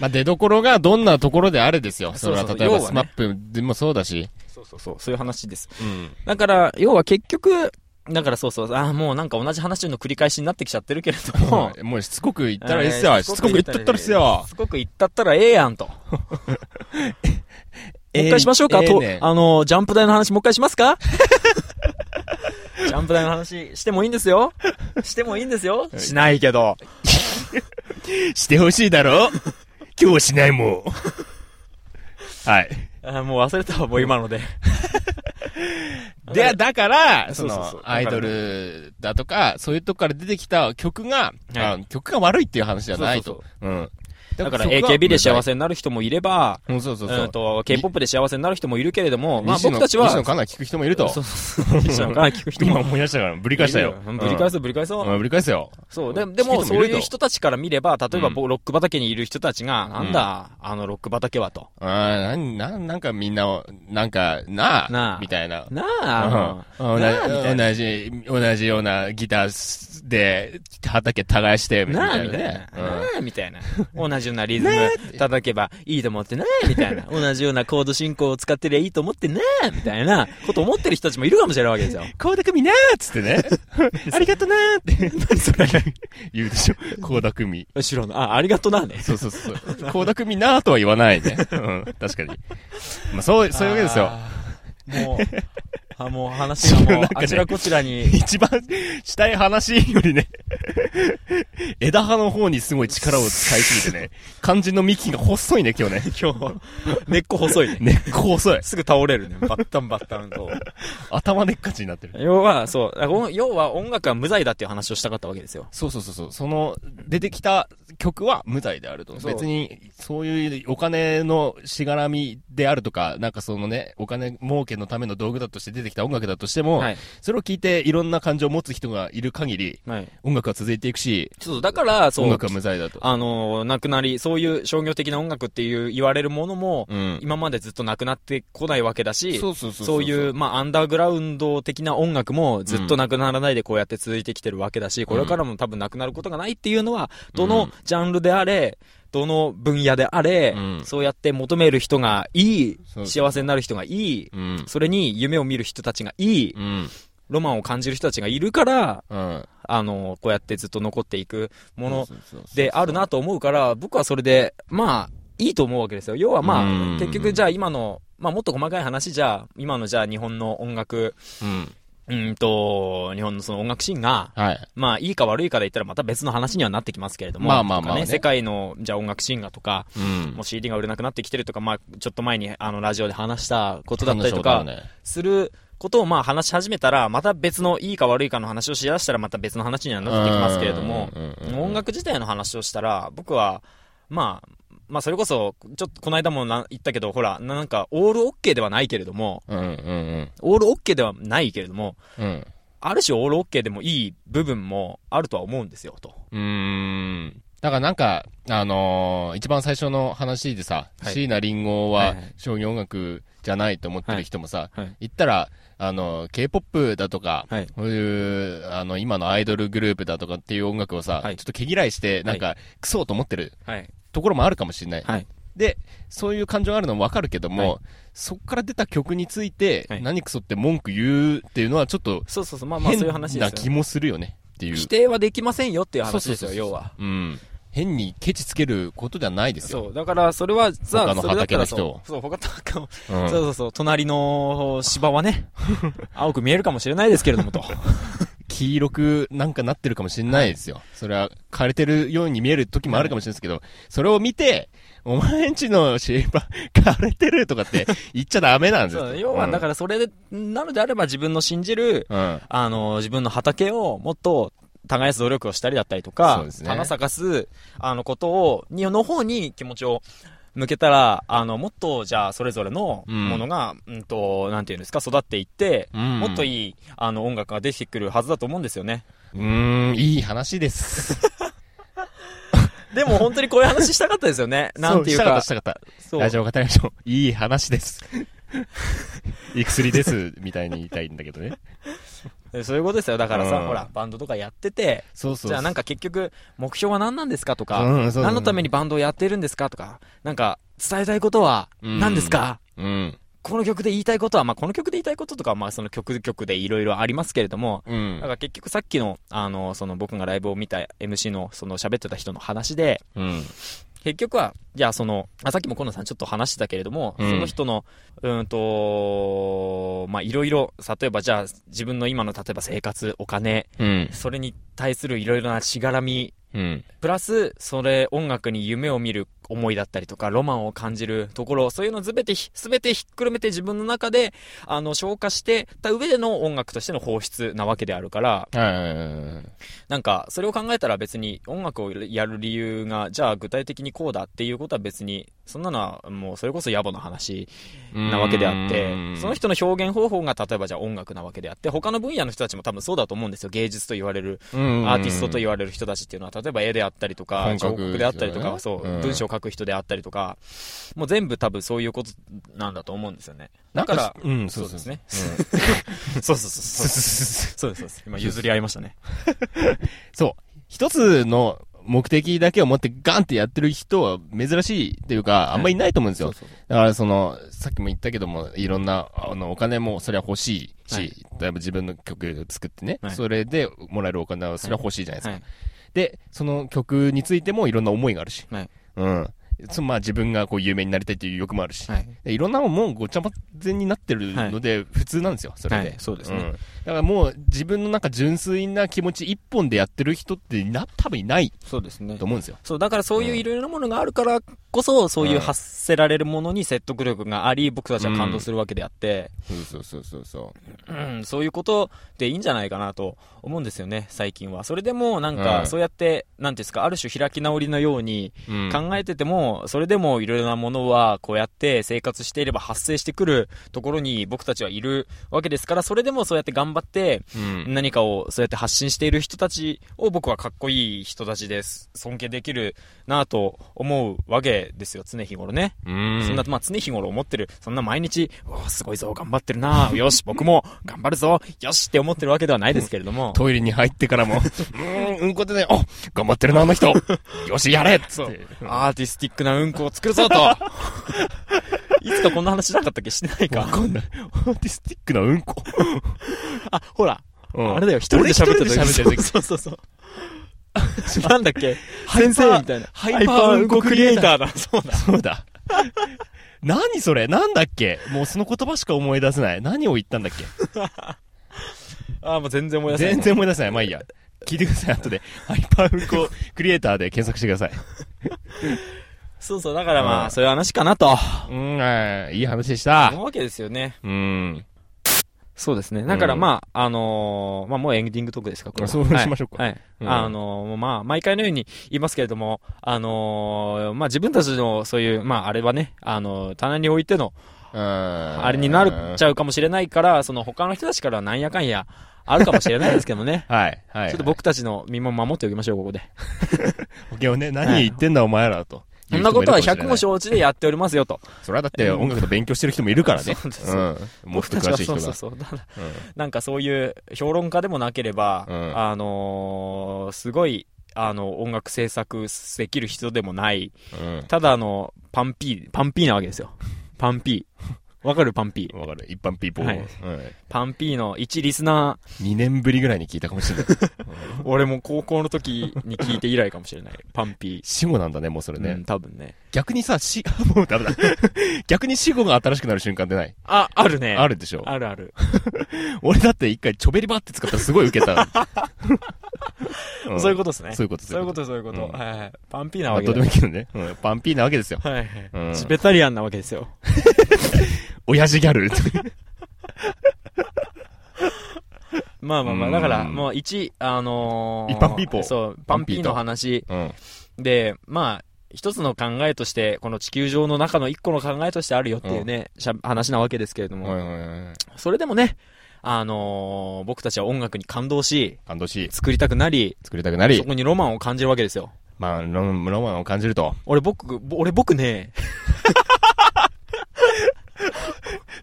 [SPEAKER 1] まあ、出どころがどんなところであれですよ。そ
[SPEAKER 2] そう
[SPEAKER 1] れ
[SPEAKER 2] そ
[SPEAKER 1] は
[SPEAKER 2] う
[SPEAKER 1] 例えば
[SPEAKER 2] 要
[SPEAKER 1] ス
[SPEAKER 2] は
[SPEAKER 1] マ
[SPEAKER 2] ね
[SPEAKER 1] ップでもそうだし。
[SPEAKER 2] そうそうそう、そういう話です。
[SPEAKER 1] うん。
[SPEAKER 2] だから、要は結局、だからそうそう、ああ、もうなんか同じ話の繰り返しになってきちゃってるけれども
[SPEAKER 1] も、う、もうしつこく言ったらいいっすよ。しつこく言っとったらいいっすよ。
[SPEAKER 2] しつこく言ったったらええやんと。もう一回しましょうか、
[SPEAKER 1] ええ
[SPEAKER 2] と、
[SPEAKER 1] ね
[SPEAKER 2] あの、ジャンプ台の話もう一回しますか ジャンプ台の話してもいいんですよしてもいいんですよしないけど。
[SPEAKER 1] してほしいだろ今日はしないもん。はい。
[SPEAKER 2] あーもう忘れたわ、もう今ので。
[SPEAKER 1] で、だから、そ
[SPEAKER 2] そうそうそう
[SPEAKER 1] の
[SPEAKER 2] だ、から
[SPEAKER 1] アイドルだとか、そういうとこから出てきた曲が、
[SPEAKER 2] い
[SPEAKER 1] あ曲が悪いっていう話じゃないと。うん。
[SPEAKER 2] だから、AKB で幸
[SPEAKER 1] せ。
[SPEAKER 2] せになる人もいれば、
[SPEAKER 1] うん、そうそう
[SPEAKER 2] う
[SPEAKER 1] そ
[SPEAKER 2] ん
[SPEAKER 1] う。
[SPEAKER 2] と、K-POP で幸せになる人もいるけれども、まあ
[SPEAKER 1] 西野
[SPEAKER 2] 僕たちは、
[SPEAKER 1] 西野カナ聞く人もいると。
[SPEAKER 2] そうそう そう。西野カナ聞く人も
[SPEAKER 1] 今思い出したから、ぶり返したよ。
[SPEAKER 2] ぶり返
[SPEAKER 1] す。
[SPEAKER 2] そう、ぶり返そう。
[SPEAKER 1] うんぶり返すよ。
[SPEAKER 2] そう。
[SPEAKER 1] う
[SPEAKER 2] で
[SPEAKER 1] ん
[SPEAKER 2] で
[SPEAKER 1] 聞
[SPEAKER 2] も、
[SPEAKER 1] いて
[SPEAKER 2] そ
[SPEAKER 1] も
[SPEAKER 2] う
[SPEAKER 1] いると
[SPEAKER 2] いう人たちから見れば、例えば、
[SPEAKER 1] うん
[SPEAKER 2] ぼロック畑にいる人たちが、なんだ、あのロック畑はと。
[SPEAKER 1] ああ、なん、なん、なんかみんなを、なんか、なあ、
[SPEAKER 2] なあ
[SPEAKER 1] みたいな。う
[SPEAKER 2] な
[SPEAKER 1] ん
[SPEAKER 2] あ、
[SPEAKER 1] 同じ
[SPEAKER 2] なあみたい
[SPEAKER 1] 同じ、同じようなギターで畑耕して、み
[SPEAKER 2] な
[SPEAKER 1] た
[SPEAKER 2] あ、
[SPEAKER 1] い
[SPEAKER 2] み
[SPEAKER 1] な
[SPEAKER 2] たいな
[SPEAKER 1] ね。。
[SPEAKER 2] なあ、みたいな。同じようなリズム叩けばいいと思ってなあ、み たいな。同じようなコード進行を使ってりゃいいと思ってなあ、みたいなこと思ってる人たちもいるかもしれないわ けですよ。
[SPEAKER 1] 高田組なーっつって ね。ありがとなーって。何それ 言うでしょ。高田組。
[SPEAKER 2] 後ろの、あ、ありがとなね。
[SPEAKER 1] そうそう そう。高田組なーとは言わないね。うん、確かに。まあ、そう、そういうわけですよ。
[SPEAKER 2] よ。もう、あもう話が もう、あちらこちらに
[SPEAKER 1] 一番したい話よりね、 枝葉の方にすごい力を使いすぎてね、肝心の幹が細いね、今日ね。
[SPEAKER 2] 今日、根っこ細いね。
[SPEAKER 1] 根っこ細い。
[SPEAKER 2] すぐ倒れるね。バッタンバッタンと。
[SPEAKER 1] 頭でっかちになってる。
[SPEAKER 2] 要は、そう。だからお要は音楽は無罪だっていう話をしたかったわけですよ。
[SPEAKER 1] そうそうそうそう。その、出てきた曲は無罪であると。
[SPEAKER 2] そう
[SPEAKER 1] 別に、そういうお金のしがらみであるとか、なんかそのね、お金儲けのための道具だとして出てきた音楽だとしても、
[SPEAKER 2] はい。
[SPEAKER 1] それを聞いていろんな感情を持つ人がいる限り、
[SPEAKER 2] はい。
[SPEAKER 1] 音楽は続いていくし、
[SPEAKER 2] ちょっとだから、そ
[SPEAKER 1] 音
[SPEAKER 2] う
[SPEAKER 1] 楽。は無罪だと。
[SPEAKER 2] あのー、なくなり、そういう商業的な音楽っていう言われるものも、
[SPEAKER 1] うん。
[SPEAKER 2] 今までずっとなくなってこないわけだし、
[SPEAKER 1] そうそうそうそう
[SPEAKER 2] そういう、まあ、アンダーグラウンド的な音楽もずっとなくならないでこうやって続いてきてるわけだし、これからも多分なくなることがないっていうのは、ど
[SPEAKER 1] う
[SPEAKER 2] の
[SPEAKER 1] ん
[SPEAKER 2] ジャンルであれ、どの分野であれ、
[SPEAKER 1] うん
[SPEAKER 2] そうやって求める人がいい
[SPEAKER 1] そう、
[SPEAKER 2] 幸せになる人がいい、
[SPEAKER 1] うん。
[SPEAKER 2] それに夢を見る人たちがいい、
[SPEAKER 1] うん。
[SPEAKER 2] ロマンを感じる人たちがいるから、
[SPEAKER 1] うん。
[SPEAKER 2] あの、こうやってずっと残っていくもの
[SPEAKER 1] そうそうそう
[SPEAKER 2] であるなと思うから、僕はそれで、まあ、いいと思うわけですよ。要はま
[SPEAKER 1] うん
[SPEAKER 2] あ、結局じゃあ今の、まあもっと細かい話じゃあ、今のじゃあ日本の音楽、
[SPEAKER 1] うん。
[SPEAKER 2] うーんと、日本のその音楽シーンが、
[SPEAKER 1] はい。
[SPEAKER 2] まあいいか悪いかで言ったらまた別の話にはなってきますけれども、
[SPEAKER 1] まあまあまあね
[SPEAKER 2] とか世界のじゃあ音楽シーンがとか、
[SPEAKER 1] うん
[SPEAKER 2] もう CD が売れなくなってきてるとか、まあちょっと前にあのラジオで話したことだったりと
[SPEAKER 1] 話
[SPEAKER 2] か
[SPEAKER 1] を、だよね
[SPEAKER 2] することをまあ話し始めたら、また別のいいか悪いかの話をしだしたらまた別の話にはなってきますけれども
[SPEAKER 1] うんうんうんうん、
[SPEAKER 2] 音楽自体の話をしたら、僕は、まあ、まあそれこそ、ちょっとこの間もな言ったけど、ほら、なんかオールオッケーではないけれども、
[SPEAKER 1] うんうん
[SPEAKER 2] オールオッケーではないけれども、
[SPEAKER 1] うん。うん。
[SPEAKER 2] ある種オールオッケーでもいい部分もあるとは思うんですよ、と。
[SPEAKER 1] うーん。だからなんか、あのー一番最初の話でさ、
[SPEAKER 2] はい
[SPEAKER 1] 椎名林檎
[SPEAKER 2] はい
[SPEAKER 1] は
[SPEAKER 2] はい
[SPEAKER 1] 商業音楽じゃないと思ってる人もさ、
[SPEAKER 2] はいはい
[SPEAKER 1] 言ったら、あの、K-POP だとか、
[SPEAKER 2] はい
[SPEAKER 1] こういう、あの、今のアイドルグループだとかっていう音楽をさ、
[SPEAKER 2] はい
[SPEAKER 1] ちょっと毛嫌いして、なんか、クソと思ってる
[SPEAKER 2] はい。
[SPEAKER 1] ところもあるかもしれない。
[SPEAKER 2] はい。
[SPEAKER 1] で、そういう感情があるのもわかるけども、
[SPEAKER 2] は
[SPEAKER 1] そこから出た曲について、
[SPEAKER 2] はい
[SPEAKER 1] 何クソって文句言うっていうのはちょっと、
[SPEAKER 2] そうそうそう、まあまあそういう話
[SPEAKER 1] 変
[SPEAKER 2] で
[SPEAKER 1] な
[SPEAKER 2] す
[SPEAKER 1] 気
[SPEAKER 2] よ。
[SPEAKER 1] もするよねっていう。
[SPEAKER 2] 否定はできませんよっていう
[SPEAKER 1] そう
[SPEAKER 2] 話
[SPEAKER 1] そう
[SPEAKER 2] です
[SPEAKER 1] そう
[SPEAKER 2] よ、
[SPEAKER 1] そう
[SPEAKER 2] 要は。
[SPEAKER 1] うん。変にケチつけることじゃないですよ。
[SPEAKER 2] そう。だから、それは、さ
[SPEAKER 1] 他の
[SPEAKER 2] それだった
[SPEAKER 1] 畑
[SPEAKER 2] ら
[SPEAKER 1] の人を
[SPEAKER 2] そう、そう他の畑を
[SPEAKER 1] う、
[SPEAKER 2] そうんそうそう、隣の芝 はね、青く見えるかもしれないですけれどもと。
[SPEAKER 1] 黄色くなんかなってるかもしれないですよ。それは枯れてるように見える時もあるかもしれないですけど、それを見て、お前んちの芝枯れてるとかって言っちゃダメなんですよ。
[SPEAKER 2] そう要は、だからそれで、なのであれば自分の信じる、
[SPEAKER 1] ら、うん。
[SPEAKER 2] あの、自分の畑をもっと耕す努力をしたりだったりとか、
[SPEAKER 1] そうですね
[SPEAKER 2] 花咲かす、あの、ことを、に、の方に気持ちを向けたら、あの、もっと、じゃあ、それぞれの
[SPEAKER 1] うん
[SPEAKER 2] ものが、うん、と、なんていうんですか、育っていって、
[SPEAKER 1] うん
[SPEAKER 2] もっといい、あの、音楽ができてくるはずだと思うんですよね。
[SPEAKER 1] うーん、いい話です。
[SPEAKER 2] でも本当にこういう話したかったですよね。なんてい う
[SPEAKER 1] そ
[SPEAKER 2] か。
[SPEAKER 1] したかった、したかった。
[SPEAKER 2] そう
[SPEAKER 1] ラジオ語りましょう。いい話 です。いい薬です、みたいに言いたいんだけどね。
[SPEAKER 2] えそういうことですよ。だからさ、
[SPEAKER 1] うん
[SPEAKER 2] ほら、バンドとかやってて、
[SPEAKER 1] そうそう。
[SPEAKER 2] じゃあなんか結局、目標は何なんですかとか、
[SPEAKER 1] うんそう
[SPEAKER 2] 何のためにバンドをやってるんですかとか、なんか、伝えたいことは何ですか、
[SPEAKER 1] うん。
[SPEAKER 2] この曲で言いたいことは、まあ、この曲で言いたいこととか、まあ、その曲曲でいろいろありますけれども、
[SPEAKER 1] う
[SPEAKER 2] だ
[SPEAKER 1] ん
[SPEAKER 2] か。ら結局さっきの、あの、その僕がライブを見た MC の、その喋ってた人の話で、
[SPEAKER 1] うん。
[SPEAKER 2] 結局は、じゃあその、あさっきも河野さんちょっと話してたけれども、
[SPEAKER 1] うん
[SPEAKER 2] その人の、うーんと、まあ、いろいろ、例えばじゃあ自分の今の例えば生活、お金、
[SPEAKER 1] うん。
[SPEAKER 2] それに対するいろいろなしがらみ、
[SPEAKER 1] うん。
[SPEAKER 2] プラス、それ音楽に夢を見る思いだったりとか、ロマンを感じるところ、そういうのすべてひ、すべてひっくるめて自分の中で、あの、消化してた上での音楽としての放出なわけであるから、
[SPEAKER 1] はいはいはいはい。
[SPEAKER 2] なんか、それを考えたら別に音楽をやる理由が、じゃあ具体的にこうだっていうことは別に、そんなのはもうそれこそ野暮な話なわけであって
[SPEAKER 1] うーん、
[SPEAKER 2] その人の表現方法が例えばじゃあ音楽なわけであって、他の分野の人たちも多分そうだと思うんですよ。芸術と言われる、アーティストと言われる人たちっていうのは、例えば絵であったりとか、
[SPEAKER 1] 本格
[SPEAKER 2] 彫刻であったりとか、
[SPEAKER 1] ですよ
[SPEAKER 2] そ
[SPEAKER 1] ね
[SPEAKER 2] う、
[SPEAKER 1] うん
[SPEAKER 2] 文章を書く人であったりとか、もう全部多分そういうことなんだと思うんですよね。
[SPEAKER 1] な
[SPEAKER 2] だ
[SPEAKER 1] ん
[SPEAKER 2] か、
[SPEAKER 1] からうん、
[SPEAKER 2] そ
[SPEAKER 1] そうう
[SPEAKER 2] で
[SPEAKER 1] ですす
[SPEAKER 2] ね
[SPEAKER 1] ね。
[SPEAKER 2] そうそうそうそう。そうです、そうです。今譲り合いましたね。
[SPEAKER 1] そう。一つの目的だけを持ってガンってやってる人は珍しいというか、あんまりいないと思うんですよ。
[SPEAKER 2] そうそう
[SPEAKER 1] だからその、さっきも言ったけども、いろんな、あの、お金もそれは欲しい
[SPEAKER 2] は
[SPEAKER 1] し、だいぶ自分の曲作ってね、
[SPEAKER 2] はい
[SPEAKER 1] それでもらえるお金はそれは欲しいじゃないですか。
[SPEAKER 2] はい。
[SPEAKER 1] で、その曲についてもいろんな思いがあるし、
[SPEAKER 2] はい
[SPEAKER 1] うん。そまあ自分がこう有名になりたいという欲もあるし、
[SPEAKER 2] はい。
[SPEAKER 1] でいろんなもんもうごちゃ混ぜになってるので、普通なんですよ、それで。
[SPEAKER 2] はいそうですね
[SPEAKER 1] んだからもう自分のなんか純粋な気持ち一本でやってる人ってな、多分いない
[SPEAKER 2] そうですね
[SPEAKER 1] と。思うんですよ。
[SPEAKER 2] そう、だからそういういろいろなものがあるからこそ、そういう発せられるものに説得力があり、僕たちは感動するわけであって、
[SPEAKER 1] そうそうそうそう。
[SPEAKER 2] うん、そういうことでいいんじゃないかなと思うんですよね、最近は。それでも、な
[SPEAKER 1] う
[SPEAKER 2] んか、
[SPEAKER 1] ん
[SPEAKER 2] そうやって、なんていうんですか、ある種開き直りのように
[SPEAKER 1] うん、
[SPEAKER 2] 考えてても、それでもいろいろなものは、こうやって生活していれば発生してくるところに僕たちはいるわけですから、それでもそうやって頑張って、
[SPEAKER 1] うん。
[SPEAKER 2] 何かをそうやって発信している人たちを僕はかっこいい人たちです。尊敬できるなぁと思うわけですよ、常日頃ね。
[SPEAKER 1] うん。
[SPEAKER 2] そんな、まあ、常日頃思ってる。そんな毎日、うわすごいぞ、頑張ってる なぁ。よし、僕も頑張るぞ。よしって思ってるわけではないですけれども。
[SPEAKER 1] トイレに入って からも、うーん、うんこでね、お頑張ってるな、あの 人よし、やれっつ
[SPEAKER 2] そ
[SPEAKER 1] っ
[SPEAKER 2] う
[SPEAKER 1] て。。
[SPEAKER 2] アーティスティックなうんこを作 るぞと。いつかこんな話しなかったっけしてない
[SPEAKER 1] わ
[SPEAKER 2] か。
[SPEAKER 1] かんない。アーティスティックなうんこ。
[SPEAKER 2] あ、ほら。
[SPEAKER 1] うん
[SPEAKER 2] あれだよ、一人で喋ってる時。
[SPEAKER 1] 俺一人で喋ってる時
[SPEAKER 2] そうそうそうそう。なんだっけ先
[SPEAKER 1] ハイパ
[SPEAKER 2] 生
[SPEAKER 1] ー
[SPEAKER 2] みたいな。
[SPEAKER 1] ハイパーうんこクリエイタ
[SPEAKER 2] ーだ。そうだ。
[SPEAKER 1] そうだ。何それなんだっけもうその言葉しか思い出せない。何を言ったんだっけ
[SPEAKER 2] ああ、もう全然思い出せない。
[SPEAKER 1] 全然思い出せない。まあいいや。聞いてください、後で。ハイパーうんこクリエイターで検索してください。
[SPEAKER 2] そうそう、だからま
[SPEAKER 1] う
[SPEAKER 2] あ、
[SPEAKER 1] ん
[SPEAKER 2] そういう話かなと。
[SPEAKER 1] うん、はいいい話でした
[SPEAKER 2] 思。うわけですよね。
[SPEAKER 1] うん。
[SPEAKER 2] そうですね。だからまあ、あのー、まあもうエンディングトークですか、これは。
[SPEAKER 1] そうしましょうか
[SPEAKER 2] はい。はい
[SPEAKER 1] うん
[SPEAKER 2] あのー、まあ、毎回のように言いますけれども、あのー、まあ自分たちのそういう、まああれはね、あのー、棚に置いての、あ
[SPEAKER 1] あ。
[SPEAKER 2] れになるっちゃうかもしれないから、その他の人たちからはなんやかんや、あるかもしれないですけどね
[SPEAKER 1] はい、はい。
[SPEAKER 2] ちょっと僕たちの身も守っておきましょう、ここで。
[SPEAKER 1] 保険をね、何言ってんだお前らと。
[SPEAKER 2] そんなことは100も
[SPEAKER 1] ょ。
[SPEAKER 2] 承知でやっておりますよと。
[SPEAKER 1] それはだって音楽の勉強してる人もいるからね。
[SPEAKER 2] そうで
[SPEAKER 1] う
[SPEAKER 2] す
[SPEAKER 1] ん。もっと詳しい人
[SPEAKER 2] 僕たちは
[SPEAKER 1] が。
[SPEAKER 2] そうそうそう。だから
[SPEAKER 1] うん
[SPEAKER 2] なんかそういう評論家でもなければ、
[SPEAKER 1] うん
[SPEAKER 2] あのーすごい、あの、音楽制作できる人でもない、
[SPEAKER 1] うん
[SPEAKER 2] ただあの、パンピー、パンピーなわけですよ。パンピー。わかるパンピー。
[SPEAKER 1] わかる。一般ピーポー。
[SPEAKER 2] はい
[SPEAKER 1] うん
[SPEAKER 2] パンピーの一リスナ
[SPEAKER 1] 2年ぶりぐらいに聞いたかもしれない。
[SPEAKER 2] ー、俺も高校の時に聞いて以来かもしれない。パンピ
[SPEAKER 1] 死後なんだね、もうそれ
[SPEAKER 2] ー。
[SPEAKER 1] ね。
[SPEAKER 2] うん、多分ね。
[SPEAKER 1] 逆にさ、死、もうダメだ。 逆に死後が新しくなる瞬間ってない
[SPEAKER 2] あ、あるね。
[SPEAKER 1] あ
[SPEAKER 2] る。
[SPEAKER 1] るでしょ。
[SPEAKER 2] あるある。
[SPEAKER 1] 俺だって一回ちょべりばって使ったらすごいウケた。うん
[SPEAKER 2] そういうことですね。
[SPEAKER 1] そういうこと
[SPEAKER 2] そういうこと、そういうこと。
[SPEAKER 1] うん
[SPEAKER 2] はいはい。パンピーな
[SPEAKER 1] ま
[SPEAKER 2] わ
[SPEAKER 1] あ、
[SPEAKER 2] け
[SPEAKER 1] どう
[SPEAKER 2] だ
[SPEAKER 1] でもいいけどね。うんパンピーなわけですよ。
[SPEAKER 2] はいはい、
[SPEAKER 1] うん
[SPEAKER 2] チベタリアンなわけですよ。
[SPEAKER 1] 親父ギャル。
[SPEAKER 2] まあまあま
[SPEAKER 1] う
[SPEAKER 2] あ、
[SPEAKER 1] ん
[SPEAKER 2] だから、もう一、あのー、
[SPEAKER 1] 一般ピーポー
[SPEAKER 2] そう、パンピーの話
[SPEAKER 1] うん。
[SPEAKER 2] で、まあ、一つの考えとして、この地球上の中の一個の考えとしてあるよっていうね、しゃ話なわけですけれども、
[SPEAKER 1] はいはいはいはい
[SPEAKER 2] それでもね、あのー僕たちは音楽に感動し、
[SPEAKER 1] 感動し、
[SPEAKER 2] 作りたくなり、
[SPEAKER 1] 作りたくなり
[SPEAKER 2] そ、こにロマンを感じるわけですよ。
[SPEAKER 1] まあ、ロロマンを感じると。
[SPEAKER 2] 俺僕、ぼ俺僕 ね、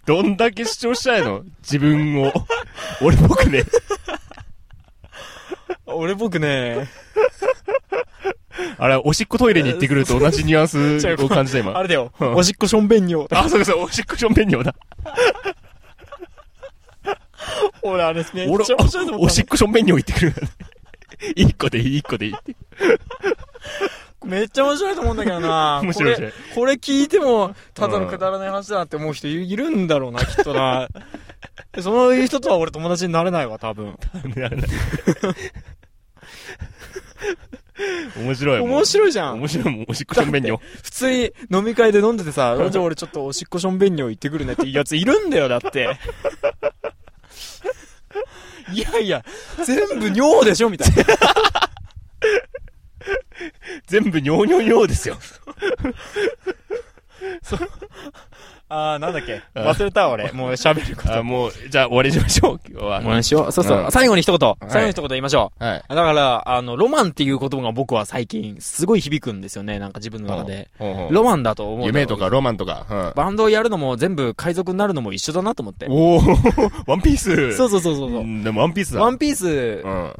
[SPEAKER 1] どんだけ主張したいの自分を。俺僕ね。
[SPEAKER 2] 俺僕ね、
[SPEAKER 1] あれ、おしっこトイレに行ってくると同じニュアンスを感じた今。
[SPEAKER 2] あれだよ、
[SPEAKER 1] うん
[SPEAKER 2] おしっこしょんべんよ。
[SPEAKER 1] あ、そうかそうか、おしっこしょんべんにょだ。
[SPEAKER 2] 俺あれですね
[SPEAKER 1] 俺、おしっこしょんべんにょ行ってくる。一個でいい、一個でいいって。
[SPEAKER 2] めっちゃ面白いと思うんだけど な
[SPEAKER 1] 面白い面白い
[SPEAKER 2] これ、これ聞いても、ただのくだらない話だなって思う人いるんだろうな、きっと な。その人とは俺友達になれないわ、多分。
[SPEAKER 1] なるなる面白い。
[SPEAKER 2] 面白いじゃん。
[SPEAKER 1] 面白いもん、おしっこしょんべんにょ。
[SPEAKER 2] 普通に飲み会で飲んでてさ、じゃあ俺ちょっとおしっこしょんべんにょ行ってくるねっていうやついるんだよ、だ って。いやいや、全部尿でしょみたいな。
[SPEAKER 1] 全部にょうにょうにょうですよ。
[SPEAKER 2] あー、なんだっけ。忘れた、俺。もう喋ること。
[SPEAKER 1] あ、もう、じゃあ終わりにしましょう、今日は。
[SPEAKER 2] もうしよう。そうそう。
[SPEAKER 1] うん
[SPEAKER 2] 最後に一言。
[SPEAKER 1] い
[SPEAKER 2] 最後に一言言いましょう。
[SPEAKER 1] はい。
[SPEAKER 2] だから、あの、ロマンっていう言葉が僕は最近、すごい響くんですよね、なんか自分の中で。
[SPEAKER 1] ほうほう
[SPEAKER 2] ロマンだと思う。
[SPEAKER 1] 夢とか。ロマンとか。
[SPEAKER 2] バンドをやるのも全部海賊になるのも一緒だなと思って
[SPEAKER 1] うん。。おー、ワンピース
[SPEAKER 2] そううそうそうそうそう。
[SPEAKER 1] んでもワンピースだ。
[SPEAKER 2] ワ
[SPEAKER 1] ン
[SPEAKER 2] ンピース
[SPEAKER 1] うん。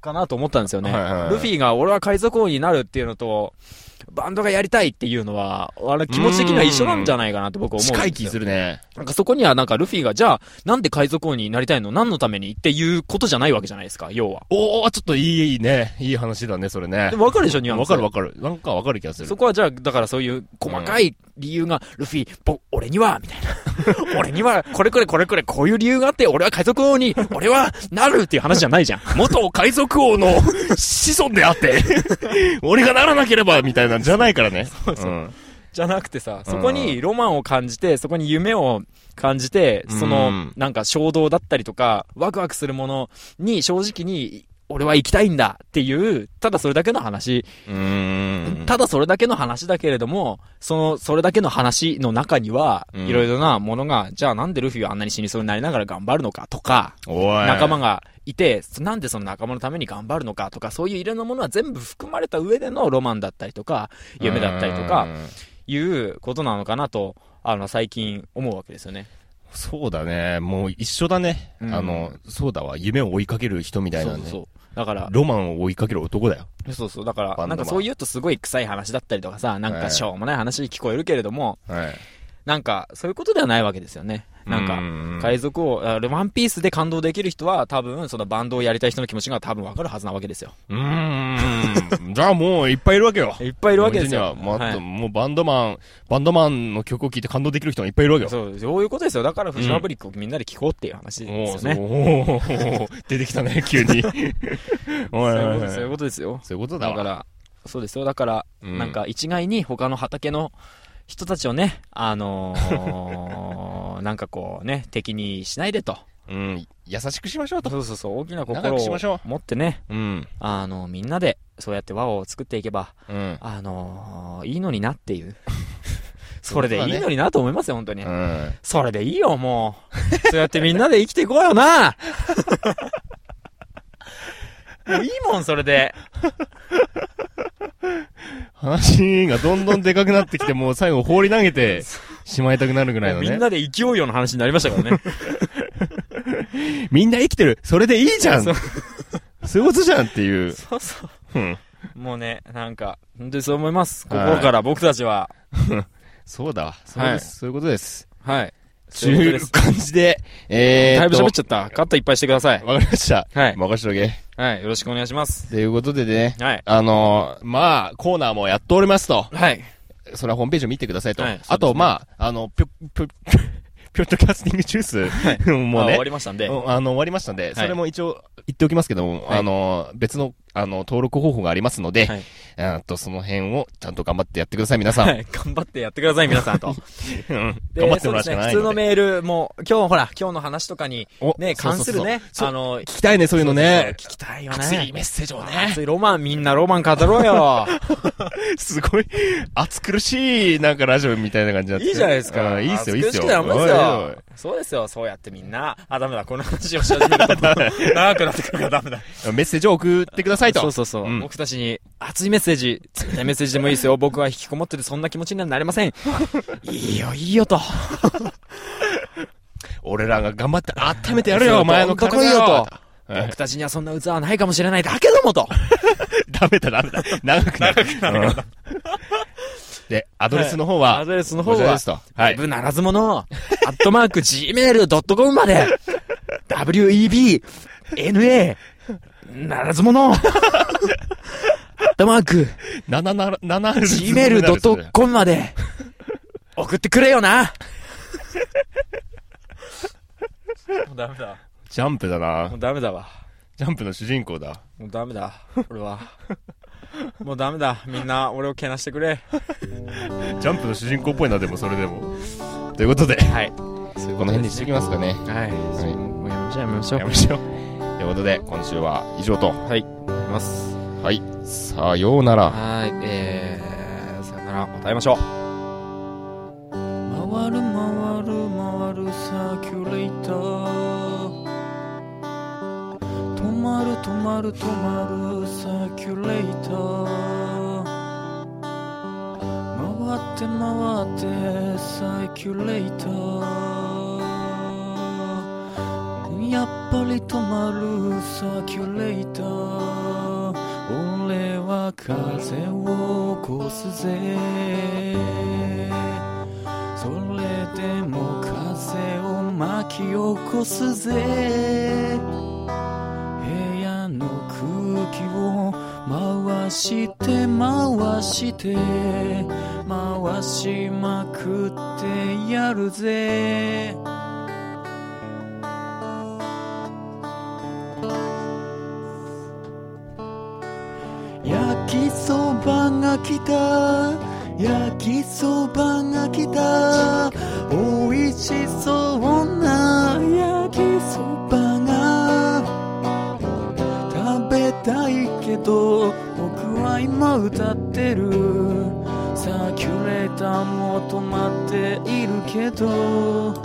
[SPEAKER 2] かなと思ったんですよね。
[SPEAKER 1] はいはいはい
[SPEAKER 2] ルフィが俺は海賊王になるっていうのと、バンドがやりたいっていうのは、あれ気持ち的には一緒なんじゃないかなって僕は思うんですよ。
[SPEAKER 1] 近い気するね。
[SPEAKER 2] なんかそこにはなんかルフィが、じゃあ、なんで海賊王になりたいの何のためにっていうことじゃないわけじゃないですか、要は。
[SPEAKER 1] おー、ちょっといいね。いい話だね、それね
[SPEAKER 2] で。もわかるでしょ、ニュアンス。
[SPEAKER 1] わかるわかる。なんかわかる気がする
[SPEAKER 2] そ。こはじゃあ、だからそういう細かい理由が、ルフィ、ぼ、俺には、みた いな。俺には、これこれこれこれ、こういう理由があって、俺は海賊王に、俺は、なるっていう話じゃないじゃん。
[SPEAKER 1] 元海賊王の子孫であって、 俺がならなければ、みたいなんじゃないからね。そう
[SPEAKER 2] そうんじゃなくてさ、そこにロマンを感じて、そこに夢を感じて、そうの
[SPEAKER 1] ん、
[SPEAKER 2] なんか衝動だったりとか、ワクワクするものに、正直に、俺は行きたいんだっていう、ただそれだけの話、
[SPEAKER 1] うーん。
[SPEAKER 2] ただそれだけの話だけれども、その、それだけの話の中には、
[SPEAKER 1] うん
[SPEAKER 2] いろいろなものが、じゃあなんでルフィはあんなに死にそうになりながら頑張るのかとか、
[SPEAKER 1] おい。
[SPEAKER 2] 仲間がいて、そなんでその仲間のために頑張るのかとか、そういういろんなものは全部含まれた上でのロマンだったりとか、夢だったりと
[SPEAKER 1] う
[SPEAKER 2] か、
[SPEAKER 1] ん。
[SPEAKER 2] いうことなのかなと、あの、最近思うわけですよね。
[SPEAKER 1] そうだね。もう一緒だね。
[SPEAKER 2] うん
[SPEAKER 1] あの、そうだわ。夢を追いかける人みたい
[SPEAKER 2] そ
[SPEAKER 1] な
[SPEAKER 2] う
[SPEAKER 1] ね。
[SPEAKER 2] そう。だから、
[SPEAKER 1] ロマンを追いかける男だよ。
[SPEAKER 2] そうそう。だか
[SPEAKER 1] バ
[SPEAKER 2] ら、
[SPEAKER 1] ンドマン
[SPEAKER 2] なんかそう言うとすごい臭い話だったりとかさ、なん
[SPEAKER 1] え
[SPEAKER 2] か
[SPEAKER 1] え
[SPEAKER 2] しょうもない話に聞こえるけれども、
[SPEAKER 1] はい。
[SPEAKER 2] なんか、そういうことではないわけですよね。なんか、
[SPEAKER 1] か、
[SPEAKER 2] 海賊王、あワンピースで感動できる人は、多分、そのバンドをやりたい人の気持ちが多分わかるはずなわけですよ。
[SPEAKER 1] うーん。じゃあもういっぱいいるわけよ。
[SPEAKER 2] いっぱいいるわけですよ。
[SPEAKER 1] 日本人にはまあ
[SPEAKER 2] はい
[SPEAKER 1] もうバンドマン、バンドマンの曲を聴いて感動できる人がいっぱいいるわけよ。
[SPEAKER 2] そう、そういうことですよ。だから、フジファブリックをみんなで聞こうっていう話です
[SPEAKER 1] おー
[SPEAKER 2] よね。
[SPEAKER 1] そうおー出てきたね、急に。お
[SPEAKER 2] そ
[SPEAKER 1] いうお
[SPEAKER 2] い
[SPEAKER 1] いうお
[SPEAKER 2] こ
[SPEAKER 1] い
[SPEAKER 2] とそういうことですよ。
[SPEAKER 1] そういうことだ
[SPEAKER 2] だか
[SPEAKER 1] わ。
[SPEAKER 2] ら、そうですよ。だから、
[SPEAKER 1] うん
[SPEAKER 2] なんか、一概に他の畑の人たちをね、あの ーなんかこうね、敵にしないでと。
[SPEAKER 1] うん、優しくしましょうと。
[SPEAKER 2] そうそうそう、大きな
[SPEAKER 1] 仲
[SPEAKER 2] 心
[SPEAKER 1] 良くしましょ
[SPEAKER 2] を持ってね、
[SPEAKER 1] うん。
[SPEAKER 2] あの、みんなで、そうやって輪を作っていけば、
[SPEAKER 1] うん。
[SPEAKER 2] あのー、いいのになって いう。そ
[SPEAKER 1] そう
[SPEAKER 2] れ
[SPEAKER 1] だね
[SPEAKER 2] でいいのになと思いますよ、本当に
[SPEAKER 1] う。ん。
[SPEAKER 2] それでいいよ、もう。そうやってみんなで生きていこう よな。もういいもん、それで。
[SPEAKER 1] 話がどんどんでかくなってきて、もう最後放り投げてしまいたくなるぐらい
[SPEAKER 2] も
[SPEAKER 1] の
[SPEAKER 2] う
[SPEAKER 1] ね。
[SPEAKER 2] みんなで生きようよの話になりましたからね。
[SPEAKER 1] みんな生きてるそれでいいじゃん
[SPEAKER 2] そう
[SPEAKER 1] そういうことじゃんっていう。
[SPEAKER 2] そうそう。
[SPEAKER 1] うん。
[SPEAKER 2] もうね、なんか、本当にそう思います。心から僕たちは。
[SPEAKER 1] そうだわ。そうです。そういうことです。
[SPEAKER 2] はい。
[SPEAKER 1] ちゅう感じで、えー、
[SPEAKER 3] だいぶ喋っ
[SPEAKER 1] ち
[SPEAKER 3] ちゃった。カットいっぱいしてください。
[SPEAKER 1] わかりました。
[SPEAKER 3] はい。
[SPEAKER 1] 任しとけ。
[SPEAKER 3] はい。よろしくお願いします。
[SPEAKER 1] ということでね、
[SPEAKER 3] はい。
[SPEAKER 1] あのーまあ、コーナーもやっておりますと。
[SPEAKER 3] はい。
[SPEAKER 1] それはホームページを見てくださいと。
[SPEAKER 3] はいそうですね
[SPEAKER 1] あと、まあ、あの、ぴょ、ぴょ、ぴょっとキャスティングジュース、 もう
[SPEAKER 3] あ
[SPEAKER 1] ね
[SPEAKER 3] 終わ、りましたんで。
[SPEAKER 1] うんあの、終わりましたんで、それも一応言っておきますけども、
[SPEAKER 3] はい
[SPEAKER 1] あの、別の、あの、登録方法がありますので、
[SPEAKER 3] はい
[SPEAKER 1] えーっと、その辺をちゃんと頑張ってやってください、皆さん。
[SPEAKER 3] はい。頑張ってやってください、皆さんと。
[SPEAKER 1] うん
[SPEAKER 3] で
[SPEAKER 1] 頑張ってもらうしかない
[SPEAKER 3] そうですね普通
[SPEAKER 1] の
[SPEAKER 3] の
[SPEAKER 1] で。
[SPEAKER 3] メールも、今日ほら、今日の話とかに、
[SPEAKER 1] おそ
[SPEAKER 3] ね、
[SPEAKER 1] うそ
[SPEAKER 3] 関
[SPEAKER 1] うそ
[SPEAKER 3] す
[SPEAKER 1] う
[SPEAKER 3] るね、
[SPEAKER 1] そう
[SPEAKER 3] あの、
[SPEAKER 1] 聞きたいね、そういうのね。
[SPEAKER 3] そうそうそう聞きたいよ
[SPEAKER 1] 熱い
[SPEAKER 3] ね。
[SPEAKER 1] メッセージをね。
[SPEAKER 3] 熱いロマン、みんなロマン語ろうよ。
[SPEAKER 1] すごい、暑苦しい、なんかラジオみたいな感じになって。
[SPEAKER 3] いいじゃないですか。
[SPEAKER 1] うんいいっすよ、いいっ
[SPEAKER 3] 熱
[SPEAKER 1] すよ。
[SPEAKER 3] 苦しくなるもん
[SPEAKER 1] おい
[SPEAKER 3] です
[SPEAKER 1] おい
[SPEAKER 3] よ。そうですよ、そうやってみんな。あ、ダメだ、この話をし始め ると、長くなってくるからダメだ。
[SPEAKER 1] おいメッセージを送ってくださいと。
[SPEAKER 3] そうそうそう、
[SPEAKER 1] うん
[SPEAKER 3] 僕たちに熱いメッセージ、冷たいメッセージでもいいですよ。僕は引きこもっててそんな気持ちにはなれませ ん。いいよ、いいよと。
[SPEAKER 1] 俺らが頑張って温めてやるよ、お前の
[SPEAKER 3] ど
[SPEAKER 1] 体
[SPEAKER 3] こいよと。
[SPEAKER 1] はい
[SPEAKER 3] 僕たちにはそんな器はないかもしれないだけどもと。
[SPEAKER 1] ダメだ、ダメだ。長くなる。うんで、アドレスの方は、
[SPEAKER 3] アドレスの方
[SPEAKER 1] こちら
[SPEAKER 3] は
[SPEAKER 1] です、と。は
[SPEAKER 3] ウェ
[SPEAKER 1] い。
[SPEAKER 3] ブならずもの、 アットマーク gmail.com まで、web, na, ならずもの、アットマーク
[SPEAKER 1] 7、7、7、
[SPEAKER 3] gmail.com まで、送ってくれよなもうダメだ。
[SPEAKER 1] ジャンプだな
[SPEAKER 3] も。うダメだわ。
[SPEAKER 1] ジャンプの主人公だ。
[SPEAKER 3] もうダメだ。俺は。もうダメだ。みんな、俺をけなしてくれ。
[SPEAKER 1] ジャンプの主人公っぽいな、でもそれでも。ということで、
[SPEAKER 3] はい。
[SPEAKER 1] この辺にしておきますかね。
[SPEAKER 3] はい。もうやめましょう、や
[SPEAKER 1] や
[SPEAKER 3] めましょう。
[SPEAKER 1] めましょう。ということで、今週は以上と。
[SPEAKER 3] やめます。
[SPEAKER 1] はい。さようなら。
[SPEAKER 3] はい、えー、さよなら、また会いましょう。回る回る回るサーキュレーター止まる止まる止まるサーキュレーター回って回ってサーキュレーターやっぱり止まるサーキュレーター俺は風を起こすぜそれでも風を巻き起こすぜ部屋の空気を回して回して回しまくってやるぜ焼きそばが来た焼きそばが来た美味しそうな焼きそばが食べたいけど僕は今歌ってるサーキュレーターも止まっているけど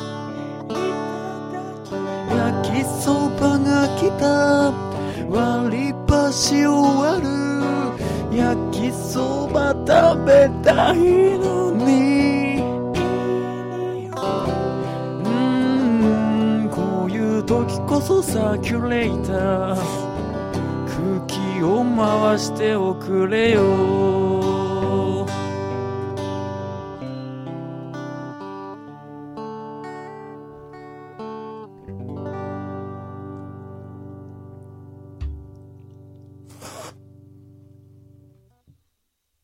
[SPEAKER 3] 焼きそばが来た割り箸を割る焼きそば食べたいのにうーんこういう時こそサーキュレーター空気を回しておくれよ